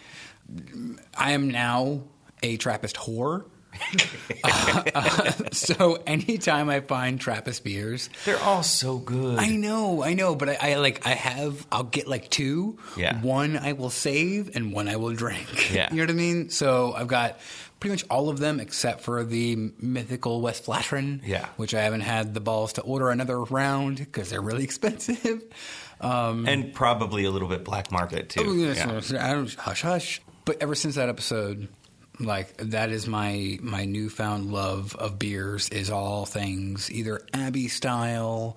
I am now a Trappist whore. [laughs] Uh, so anytime I find Trappist beers,
They're all so good.
I know, I know, but I, I like I have I'll get like two.
Yeah.
One I will save and one I will drink. [laughs]
Yeah.
you know what I mean? So I've got pretty much all of them except for the mythical West Flatron.
Yeah.
Which I haven't had the balls to order another round because they're really [laughs] expensive.
and probably a little bit black market too.
Oh, yes,
Yeah.
yes, I don't, hush, hush. But ever since that episode, like that is my my newfound love of beers is all things either Abbey style,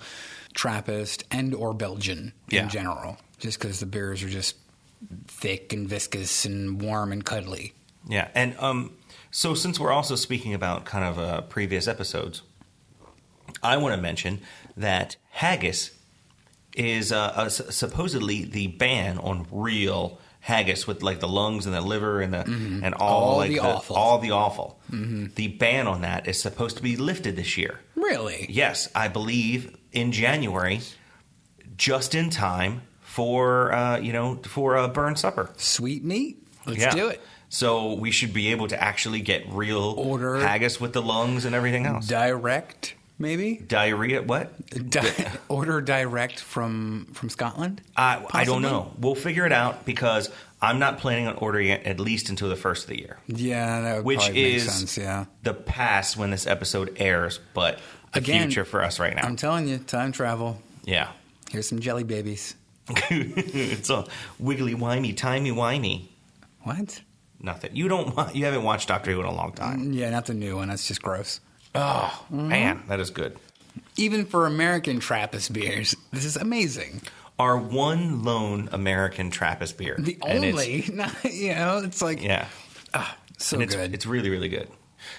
Trappist, and or Belgian
Yeah.
in general. Just because the beers are just thick and viscous and warm and cuddly.
Yeah, and um, so since we're also speaking about kind of uh, previous episodes, I want to mention that haggis is uh, uh, s- supposedly the ban on real haggis with like the lungs and the liver and the and all,
Mm-hmm. All
like
the Mm-hmm. offal.
all the awful. The ban on that is supposed to be lifted this year.
Really?
Yes, I believe in January, just in time for uh, you know for a burn supper.
Sweet meat? Let's
Yeah.
do it.
So we should be able to actually get real
Order.
haggis with the lungs and everything else.
Direct, maybe?
Diarrhea? What?
Di- [laughs] order direct from from Scotland?
I, I don't
Possibly?
know. We'll figure it out because I'm not planning on ordering it at least until the first of the year,
Yeah, that would
which
probably make
is
sense, yeah.
the past when this episode airs, but the
Again,
future for us right now.
I'm telling you, time travel.
yeah. [laughs]
Here's some jelly babies.
it's all wiggly wimey, timey wimey.
What?
Nothing. You don't. wa- You haven't watched Doctor Who in a long time.
Yeah, not the new one. That's just gross. Mm.
Oh
Mm-hmm.
man, that is good.
Even for American Trappist beers, this is amazing.
Our one lone American Trappist beer.
The
And it's-
only, [laughs] not, you know, it's like
Yeah,
so
and it's
good.
it's really really good.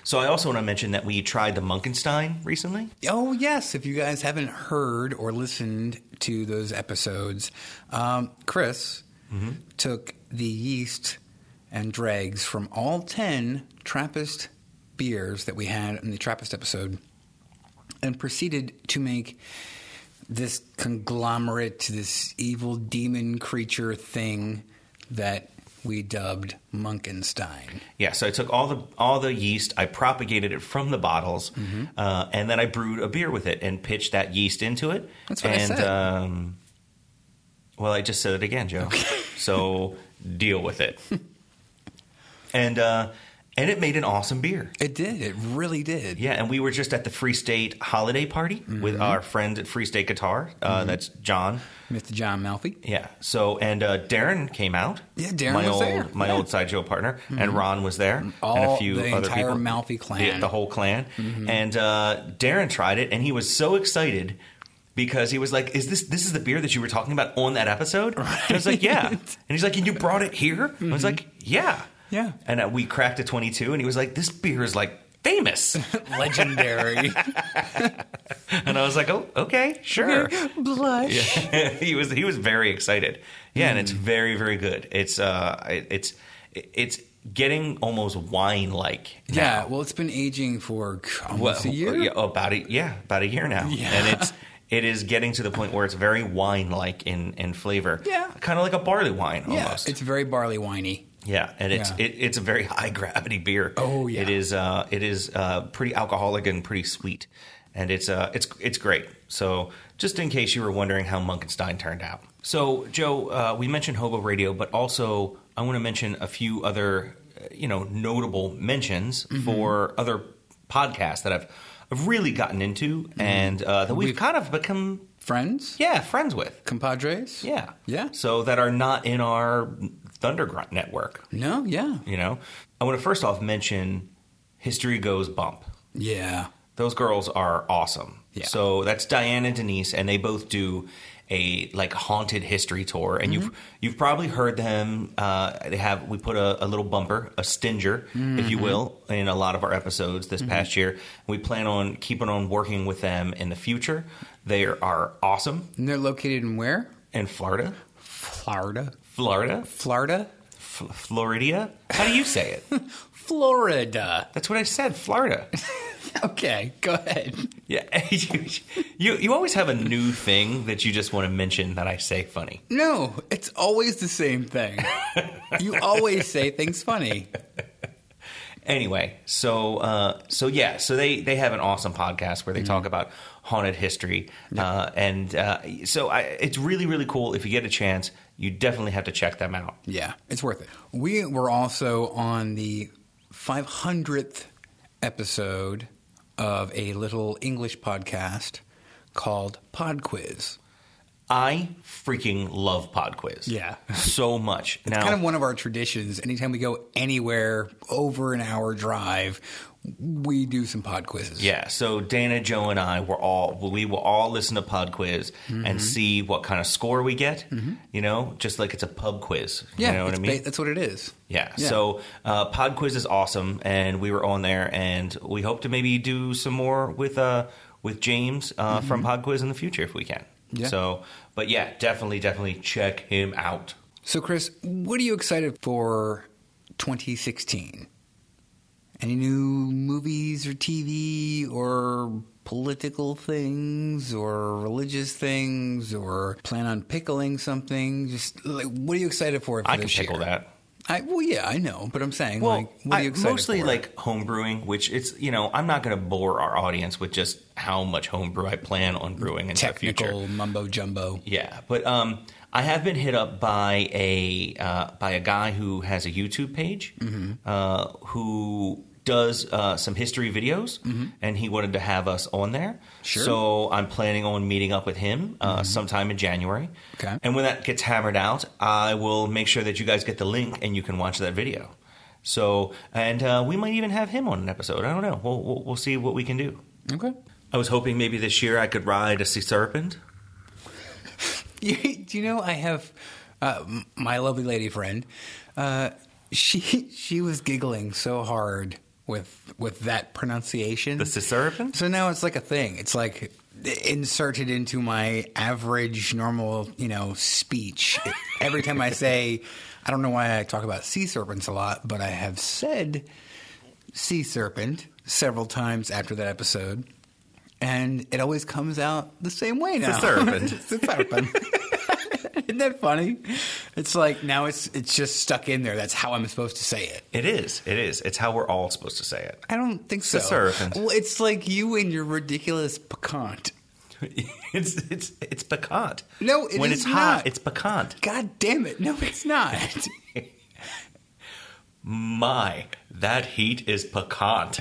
So I also want to mention that we tried the Munkenstein recently.
oh yes, if you guys haven't heard or listened to those episodes, um, Chris took the yeast and dregs from all ten Trappist beers that we had in the Trappist episode, and proceeded to make this conglomerate, this evil demon creature thing that we dubbed Munkenstein.
Yeah, so I took all the all the yeast, I propagated it from the bottles,
Mm-hmm.
uh, and then I brewed a beer with it and pitched that yeast into it.
That's what I
and,
said.
Um, well, I just said it again, Joe. [laughs] so deal with it. and uh, and it made an awesome beer.
It did. It really did.
Yeah, and we were just at the Free State holiday party with
Mm-hmm.
our friends at Free State Guitar. Uh, That's John.
Mr. John Malfi.
Yeah. So and uh, Darren came out.
Yeah, Darren
my
was
old
there.
my
Yeah. Mm-hmm.
old side Joe partner, and Ron was there, and a
All-
few
the
other
entire
people,
Malfi clan. Mm-hmm.
the, the whole clan. And uh, Darren tried it, and he was so excited because he was like, "Is this this is the beer that you were talking about on that episode?" And I was like,
[laughs]
"Yeah," and he's like, "And you brought it here?" I was like, "Yeah,
Mm-hmm. Yeah.
And uh, we cracked a twenty two, and he was like, "This beer is like." Famous, [laughs]
[laughs] Legendary.
and I was like, "Oh, okay, sure."
Blush.
[laughs] he was he was very excited. Yeah, and
Hmm.
it's very very good. It's uh it- it's it's getting almost wine like.
[laughs] Yeah, well, it's been aging for almost a year.
Yeah, about a yeah, about a year now.
Yeah.
And it's it is getting to the point where it's very wine like in in flavor.
Yeah.
Kind of like a barley wine
Yeah,
almost.
it's very barley winey.
yeah, and it's
yeah.
It, it's a very [laughs] high gravity beer.
Oh, yeah.
It is uh it is uh pretty alcoholic and pretty sweet. And it's uh it's it's great. So just in case you were wondering how Munkenstein turned out. So Joe, uh, we mentioned Hobo Radio, but also I want to mention a few other uh, you know notable mentions
Mm-hmm.
for other podcasts that I've I've really gotten into
Mm-hmm.
and uh, that we've, kind of become
Friends?
yeah friends with
Compadres?
yeah
Yeah.
so that are not in our Thundergrunt network
No, yeah.
you know, I want to first off mention History Goes Bump.
Yeah.
Those girls are awesome.
Yeah.
So that's Diane and Denise, and they both do a like haunted history tour. And you've you've probably heard them. Uh, they have we put a, a little bumper, a stinger, if you will, in a lot of our episodes this past year. We plan on keeping on working with them in the future. They are awesome
And they're located in where?
in Florida,
Florida.
Florida,
Florida?
F- Florida. How do you say it?
Florida.
That's what I said, Florida.
Okay, go ahead.
Yeah, [laughs] you, you you always have a new thing that you just want to mention that I say funny.
No, it's always the same
[laughs]
thing. you always say things funny.
Anyway, so uh, so yeah, so they they have an awesome podcast
Mm-hmm.
where they talk about haunted history, uh, and uh, so I, it's really really cool. If you get a chance, you definitely have to check them out.
Yeah, it's worth it. We were also on the 500th episode of a little English podcast called Pod Quiz.
I freaking love pod quiz.
Yeah. [laughs]
so much. now,
kind of one of our traditions. Anytime we go anywhere over an hour drive, we do some pod quizzes.
Yeah. So Dana, Joe, and I were all we will all listen to Pod Quiz
Mm-hmm.
and see what kind of score we get. You know, just like it's a pub quiz.
yeah.
you know what I
it's
mean.
ba- that's what it is.
yeah.
yeah.
So uh, Pod Quiz is awesome, and we were on there, and we hope to maybe do some more with uh with James uh, from Pod Quiz in the future if we can.
Mm-hmm. Yeah.
So, but yeah, definitely, definitely check him out.
So, Chris, what are you excited for 2016? Any new movies or TV or political things or religious things or plan on pickling something? Just like, what are you excited for? for
I can
this
pickle
year?
that.
I, well, yeah, I know, but I'm saying,
Well,
like, what are
I-
you excited
mostly
for?
like homebrewing, which it's you know I'm not going to bore our audience with just how much homebrew I plan on brewing in the future.
technical mumbo jumbo.
Yeah, but um, I have been hit up by a uh, by a guy who has a YouTube page
Mm-hmm.
uh, who does uh, some history videos, and he wanted to have us on there.
Mm-hmm. Sure. Mm-hmm.
So I'm planning on meeting up with him uh, sometime in January.
Okay.
And when that gets hammered out, I will make sure that you guys get the link and you can watch that video. So, and uh, we might even have him on an episode. I don't know. We'll, we'll, we'll see what we can do.
Okay.
I was hoping maybe this year I could ride a sea serpent.
Do [laughs] you know I have uh, m- my lovely lady friend? Uh, she she was giggling so hard with with that pronunciation.
The sea serpent?
so now it's like a thing. It's like inserted into my average normal you know speech every time I say. I don't know why I talk about sea serpents a lot, but I have said sea serpent several times after that episode. And it always comes out the same way now.
serpent.
[laughs] It's a serpent. [laughs] Isn't that funny? It's like now it's it's just stuck in there. That's how I'm supposed to say it.
It is. It is. It's how we're all supposed to say
I don't think so.
a serpent.
Well, it's like you and your ridiculous piquant.
it. [laughs] it's it's it's piquant.
No, it
when
is
it's hot,
not.
it's piquant.
God damn it! No, it's not. [laughs]
My, that heat is piquant.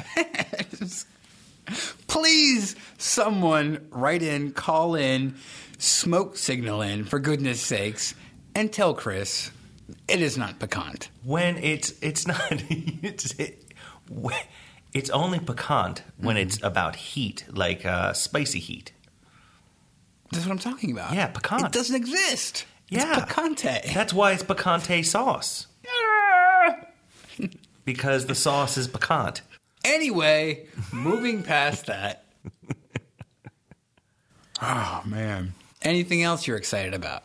Please, someone write in, call in, smoke signal in for goodness sakes, and tell Chris it is not piquant.
when it's it's not. [laughs] It's it, when- it's only piquant when
Mm-hmm.
it's about heat, like uh, spicy heat.
That's what I'm talking about.
Yeah, piquant.
It doesn't exist.
Yeah.
It's picante.
That's why it's picante sauce. because the sauce is piquant.
[laughs] Anyway, moving
[laughs]
past that.
Ah,
Oh man. Anything else you're excited about?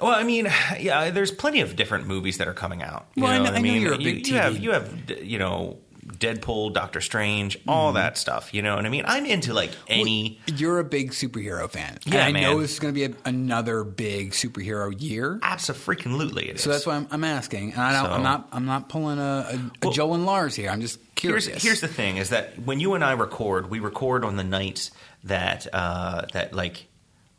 Well, I mean, [sighs] yeah, there's plenty of different movies that are coming out. You
Well, I
know
kn-
what
I know
mean?
you're a
You-
big
you,
TV
have you have d- you know Deadpool, Doctor Strange,
Mm-hmm.
all that stuff. You know what I mean? I'm into like any.
You're a big superhero fan.
Yeah,
and I
man.
know this is going to be a, another big superhero year.
Absolutely, it is.
So that's why I'm, I'm asking. And I don't,
So-
I'm not. I'm not pulling a, a, a
Well-
Joe and Lars here. I'm just
here's
curious.
here's the thing: is that when you and I record, we record on the nights that uh, that like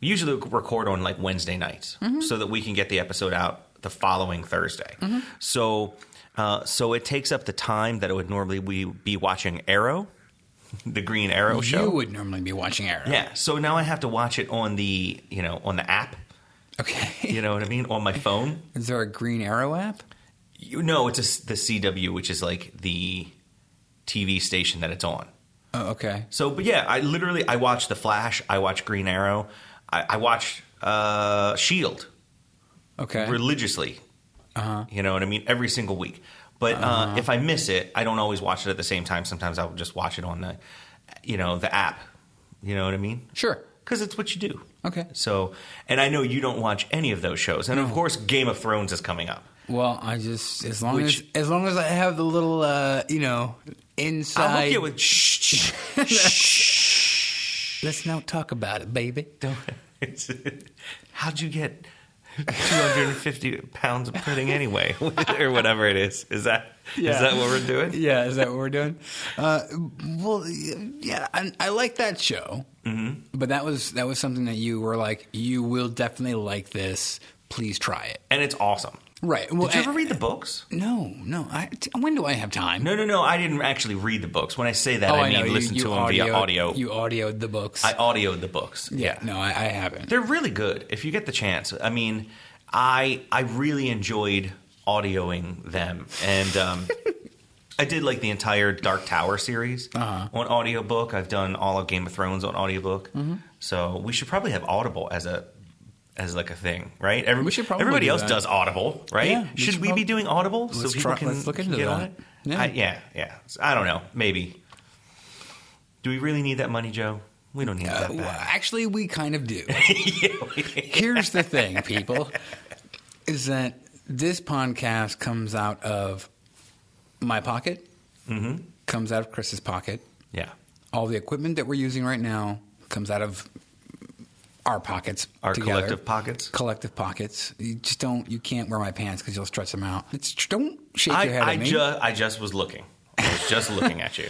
we usually record on like Wednesday nights,
Mm-hmm.
so that we can get the episode out the following Thursday. So uh, so it takes up the time that it would normally we be watching Arrow, [laughs] the Green Arrow show.
you would normally be watching Arrow.
Yeah. So now I have to watch it on the you know on the app.
Okay.
You know what I mean? On my phone.
[laughs] Is there a Green Arrow app?
You know, it's a s the CW, which is like the TV station that it's on.
Oh, okay.
So, but yeah, I literally I watch The Flash. I watch Green Arrow. I, I watch uh, Shield
Okay.
religiously.
Uh-huh.
You know what I mean? Every single week. But uh, if I miss it, I don't always watch it at the same time. Sometimes I'll just watch it on the, you know, the app. You know what I mean?
Sure.
Because it's what you do.
Okay.
So, and I know you don't watch any of those shows, and of course, Game of Thrones is coming up.
Well, I just as long
Which-
as as long as I have the little uh, you know inside.
I'll hook you with shh, shh, shh.
[laughs] Let's not talk about it, baby.
Don't- it's- [laughs] How'd you get 250 pounds of pudding anyway, [laughs] or whatever it is? Is that is
Yeah.
that what we're doing?
Yeah, is that what we're doing? Uh, well, yeah, I, I like that show, mm-hmm. but that was that was something that you were like, you will definitely like this. Please try it.
And it's awesome.
Right. Well, eh,
Did you ever
I-
read the books?
No, no. I, t- when do I have time?
No, no, no. I didn't actually read the books. When I say that,
Oh,
I, mean
know. You-
listen
you
to them via audio.
You audioed the books.
I audioed the books.
yeah. No, I, I haven't.
They're really good if you get the chance. I mean, I I really enjoyed audioing them, and um, [laughs] I did like the entire Dark Tower series
Uh-huh.
on audiobook. I've done all of Game of Thrones on audiobook,
Mm-hmm.
so we should probably have Audible as a as like a thing, right? Every,
We should probably
everybody
do
else
that.
does Audible, right?
Yeah, we
should
should
we
prob-
be doing Audible so
Let's
people
try-
can
let's look
can
into
get on
that.
it?
Yeah.
I, yeah, yeah. I don't know. Maybe. Do we really need that money, Joe? We don't need it that
Well,
bad.
actually, we kind
[laughs]
of do. Here's the thing, people, is that this podcast comes out of my pocket,
Mm-hmm.
comes out of Chris's pocket.
Yeah.
All the equipment that we're using right now comes out of our pockets.
Our
together.
collective pockets?
Collective pockets. You just don't. You can't wear my pants because you'll stretch them out. It's, don't shake your
I,
head
I,
at me.
ju- I just was looking. I was just looking at you.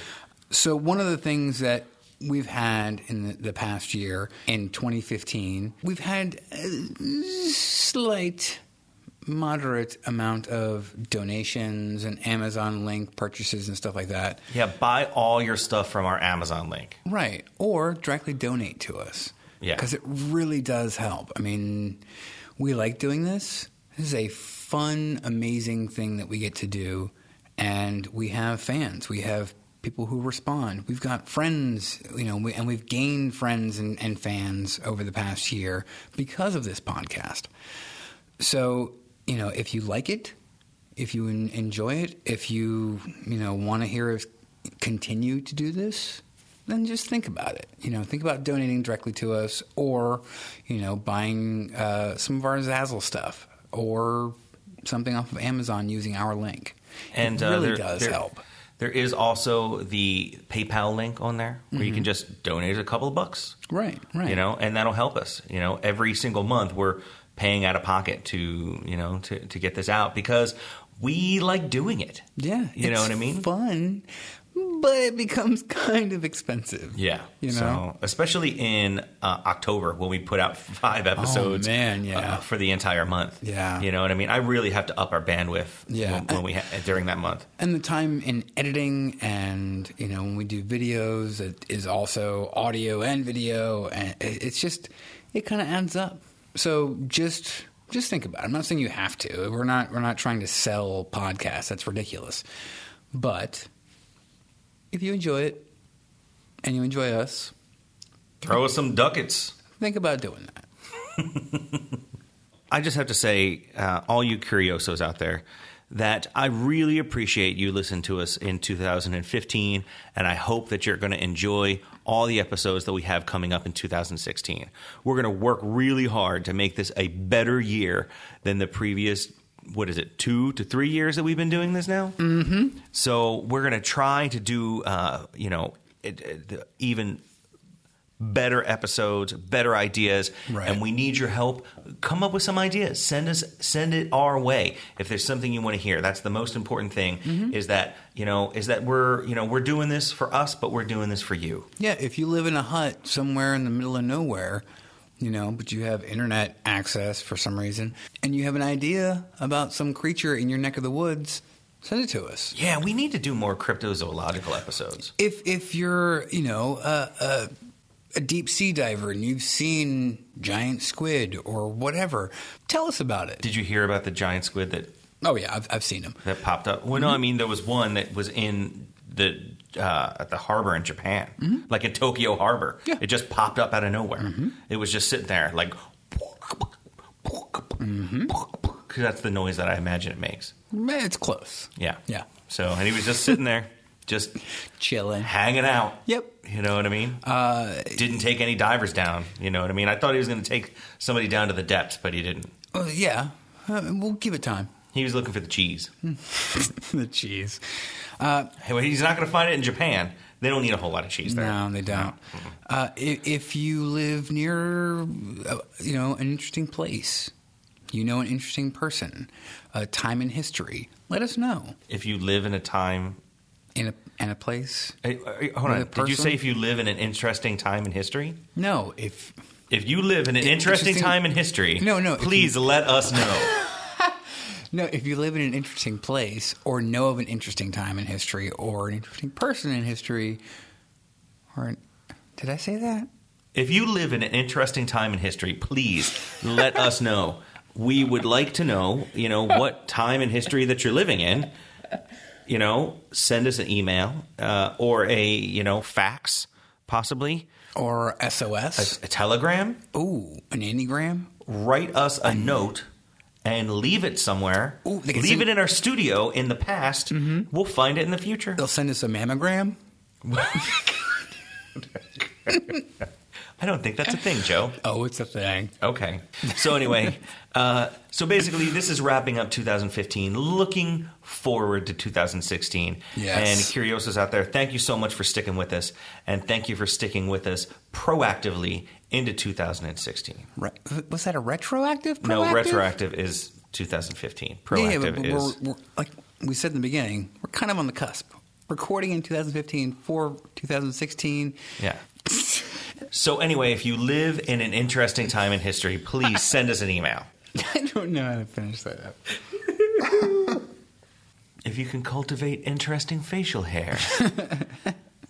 So one of the things that we've had in the, the past year, in 2015, we've had a slight, moderate amount of donations and Amazon link purchases and stuff like that.
[laughs] Yeah, buy all your stuff from our Amazon link.
Right. Or directly donate to us.
Yeah.
Because it really does help. I mean, we like doing this. This is a fun, amazing thing that we get to do. And we have fans. We have people who respond. We've got friends, you know, we, and we've gained friends and, and fans over the past year because of this podcast. So, you know, if you like it, if you en- enjoy it, if you, you know, want to hear us continue to do this, then just think about it. You know, think about donating directly to us or, you know, buying uh, some of our Zazzle stuff or something off of Amazon using our link.
And
it
uh,
really
there-
does
there-
help.
There is also the PayPal link on there where you can just donate a couple of bucks,
Right, Mm-hmm. right.
you know, and that'll help us. You know, every single month we're paying out of pocket to you know to to get this out because we like doing it.
Yeah.
you know
it's
what I mean.
Fun, but it becomes [laughs] kind of expensive.
Yeah,
You know?
so especially in uh, October when we put out five episodes,
man, yeah.
uh, for the entire month.
Yeah.
you know what I mean. I really have to up our bandwidth,
Yeah.
when, when we ha- during that month.
And the time in editing and, you know, when we do videos, it is also audio and video. And it- it's just, it kind of adds up. So just. Just think about it. I'm not saying you have to. We're not we're not trying to sell podcasts. That's ridiculous. But if you enjoy it and you enjoy us,
Throw us some ducats.
think about doing that.
I just have to say, uh, all you curiosos out there, that I really appreciate you listening to us in 2015, and I hope that you're going to enjoy all the episodes that we have coming up in 2016. We're going to work really hard to make this a better year than the previous. What is it? Two to three years that we've been doing this now. Mm-hmm. So we're going to try to do, uh, you know, it, it, even better episodes, better ideas,
Right.
and we need your help. Come up with some ideas. Send us send it our way if there's something you want to hear. That's the most important thing is that, you know, is that we're, you know, we're doing this for us, but we're doing this for you.
Yeah, if you live in a hut somewhere in the middle of nowhere, you know, but you have internet access for some reason, and you have an idea about some creature in your neck of the woods, send it to us.
Yeah, we need to do more cryptozoological episodes.
If if you're you know a, a, a deep sea diver and you've seen giant squid or whatever, tell us about it.
Did you hear about the giant squid that
Oh yeah, I've, I've seen them.
that popped up? Well, no,
Mm-hmm.
I mean there was one that was in the uh, at the harbor in Japan, like in Tokyo Harbor.
Mm-hmm. Yeah. Mm-hmm.
It just popped up out of nowhere. It was just sitting there, like.
Mm-hmm.
Because that's the noise that I imagine it makes.
Man, It's close.
Yeah.
Yeah.
So, and he was just sitting there, just
Chilling.
hanging out.
Yep.
You know what I mean? Uh, didn't take any divers down. You know what I mean? I thought he was going to take somebody down to the depths, but he didn't.
Oh yeah, uh, we'll give it time. [laughs]
He was looking for the cheese.
Mm-hmm. the cheese.
Hey, well, He's not going to find it in Japan. They don't need a whole lot of cheese there.
No, they don't.
Mm-hmm.
Uh, if, if you live near, uh, you know, an interesting place, you know, an interesting person, a time in history, let us know.
If you live in a time.
In a, in a place?
Hey, hey, Hold on.
With a
Did you
person?
say if you live in an interesting time in history?
No, if
If you live in an
I-
interesting,
interesting-
time in history,
No, no, if
please let us know.
No, if you live in an interesting place or know of an interesting time in history or an interesting person in history, or an, did I say that?
If you live in an interesting time in history, please let us know. We would like to know, you know, what time in history that you're living in. You know, send us an email uh, or a, you know, fax, possibly
Or SOS?
a telegram.
Ooh, an Enneagram?
Write us a note and leave it somewhere.
Ooh, Mm-hmm. they can
leave
send-
it in our studio in the past. We'll find it in the future.
They'll send us a mammogram?
I don't think that's a thing, Joe.
[laughs] Oh, it's a thing.
Okay. So anyway, uh, so basically, this is wrapping up 2015. Looking forward to 2016.
Yes.
And Curiosos out there, thank you so much for sticking with us, and thank you for sticking with us proactively into 2016.
Re- was that a retroactive? Proactive?
No, retroactive is 2015.
Yeah, yeah,
Proactive
but
is.
we're, we're, like we said in the beginning, we're kind of on the cusp. Recording in 2015 for 2016.
Yeah. So anyway, if you live in an interesting time in history, please send us an email.
[laughs] I don't know how to finish that up.
If you can cultivate interesting facial hair,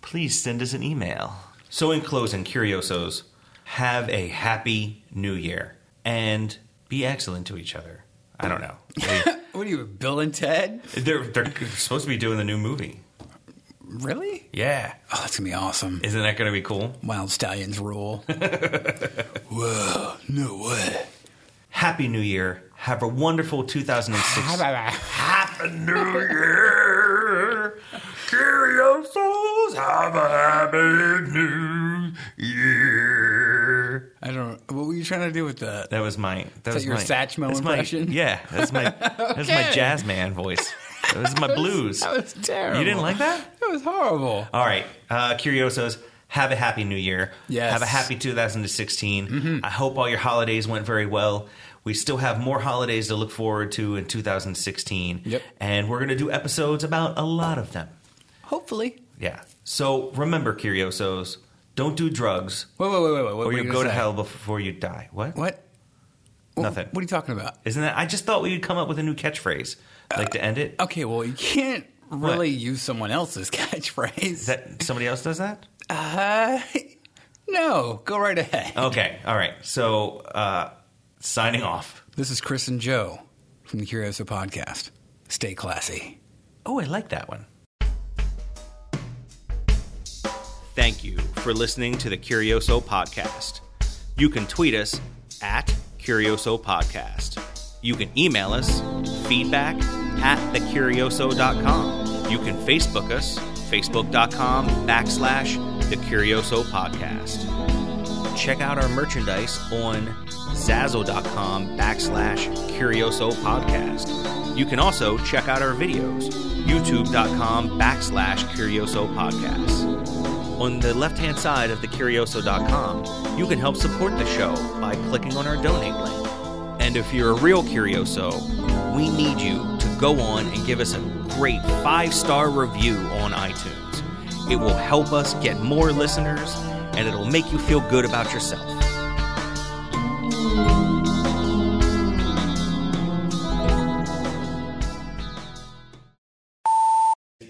please send us an email. So, in closing, Curiosos, have a happy new year and be excellent to each other. I don't know. They-
What are you, Bill and Ted?
they're, they're supposed to be doing the new movie.
Really?
Yeah.
Oh, that's gonna be awesome.
Isn't that going to be cool?
Wild Stallions
[laughs]
rule. Whoa, no way.
Happy New Year. Have a wonderful 2016.
Bye-bye.
Happy New Year. Curiosos, have a happy new year.
I don't. What were you trying to do with that?
That was my. That
Is
was
that your
my,
Satchmo
that's my-
impression?
yeah, that's my. That's my
Okay.
jazz man voice. That was my blues.
[laughs] That was terrible.
you didn't like that?
That was horrible.
All right, uh, Curiosos. Have a happy new year.
Yes. Mm-hmm.
Have a happy 2016. I hope all your holidays went very well. We still have more holidays to look forward to in 2016.
Yep.
And we're going to do episodes about a lot of them.
Hopefully.
Yeah. So remember, Curiosos, don't do drugs
Wait, wait, wait, wait, wait. What
or
were
you
you
go
gonna
to
say?
hell before you die. What?
What? Wh-
Nothing.
What are you talking about?
Isn't that? I just thought we would come up with a new catchphrase, like to end it.
Okay, well, you can't really use someone else's [laughs] catchphrase.
That somebody else does
[laughs]
that?
uh, no, go right ahead.
Okay, all right. So, uh, signing off.
This is Chris and Joe from the Curioso Podcast. Stay classy.
Oh, I like that one. Thank you for listening to the Curioso podcast. You can tweet us at Curioso Podcast. You can email us feedback at thecurioso.com. You can Facebook us, facebook.com backslash the Curioso Podcast. check out our merchandise on zazzle.com backslash curioso podcast you can also check out our videos youtube.com backslash curioso podcast on the left hand side of the curioso.com you can help support the show by clicking on our donate link and if you're a real curioso we need you to go on and give us a great five star review on itunes it will help us get more listeners and it'll make you feel good about yourself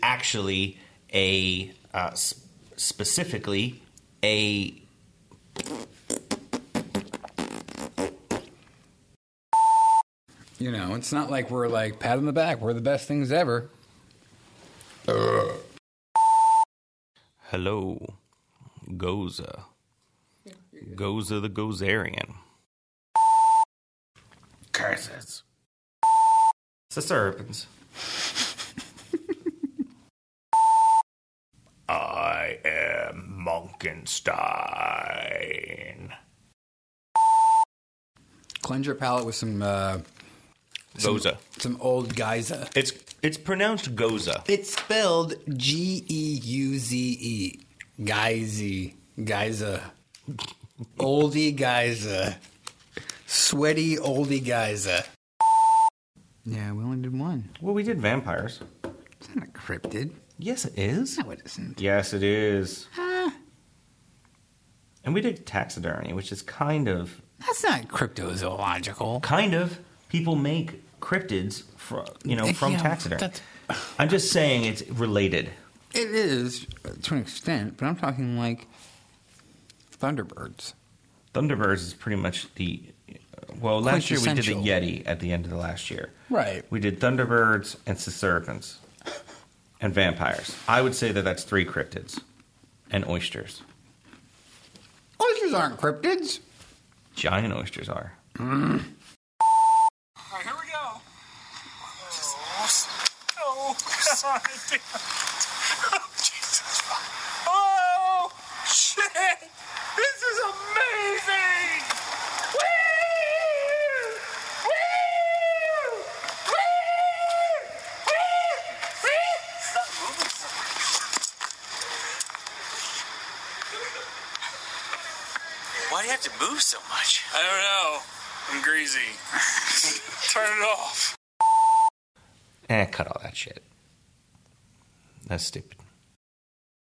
actually a uh, s- specifically a
You know, it's not like we're like pat on the back. We're the best things ever.
hello goza goza the gozarian curses Cicerbans. [laughs] I am Monkenstein.
Cleanse your palate with some uh, some,
Goza.
some old geyser.
It's it's pronounced Goza.
It's spelled G E U Z E. Geyzy. Geyser. Oldie geyser. Sweaty oldie geyser. Yeah, we only did one.
Well, we did vampires.
It's not a cryptid.
Yes, it is.
No, it isn't.
Yes, it is.
Ah,
And we did taxidermy, which is kind of
that's not cryptozoological.
kind of people make cryptids from you know from
Yeah,
taxidermy.
that's-
I'm just saying it's related.
It is uh, to an extent, but I'm talking like thunderbirds.
Thunderbirds is pretty much the well. Last year we did the
Quintessential.
Yeti at the end of the last year.
Right.
We did Thunderbirds and Serpents and vampires. I would say that that's three cryptids and oysters.
Oysters aren't cryptids.
Giant oysters are.
All right, here we go.
[laughs]
Oh, God. damn. Oh, Jesus. Oh, shit. This is amazing. Woo! Woo! Woo! Woo! Woo! Stop moving.
Why do you have to move so much?
I don't know. I'm greasy.
[laughs]
Turn it off.
Eh, cut all that shit. That's stupid.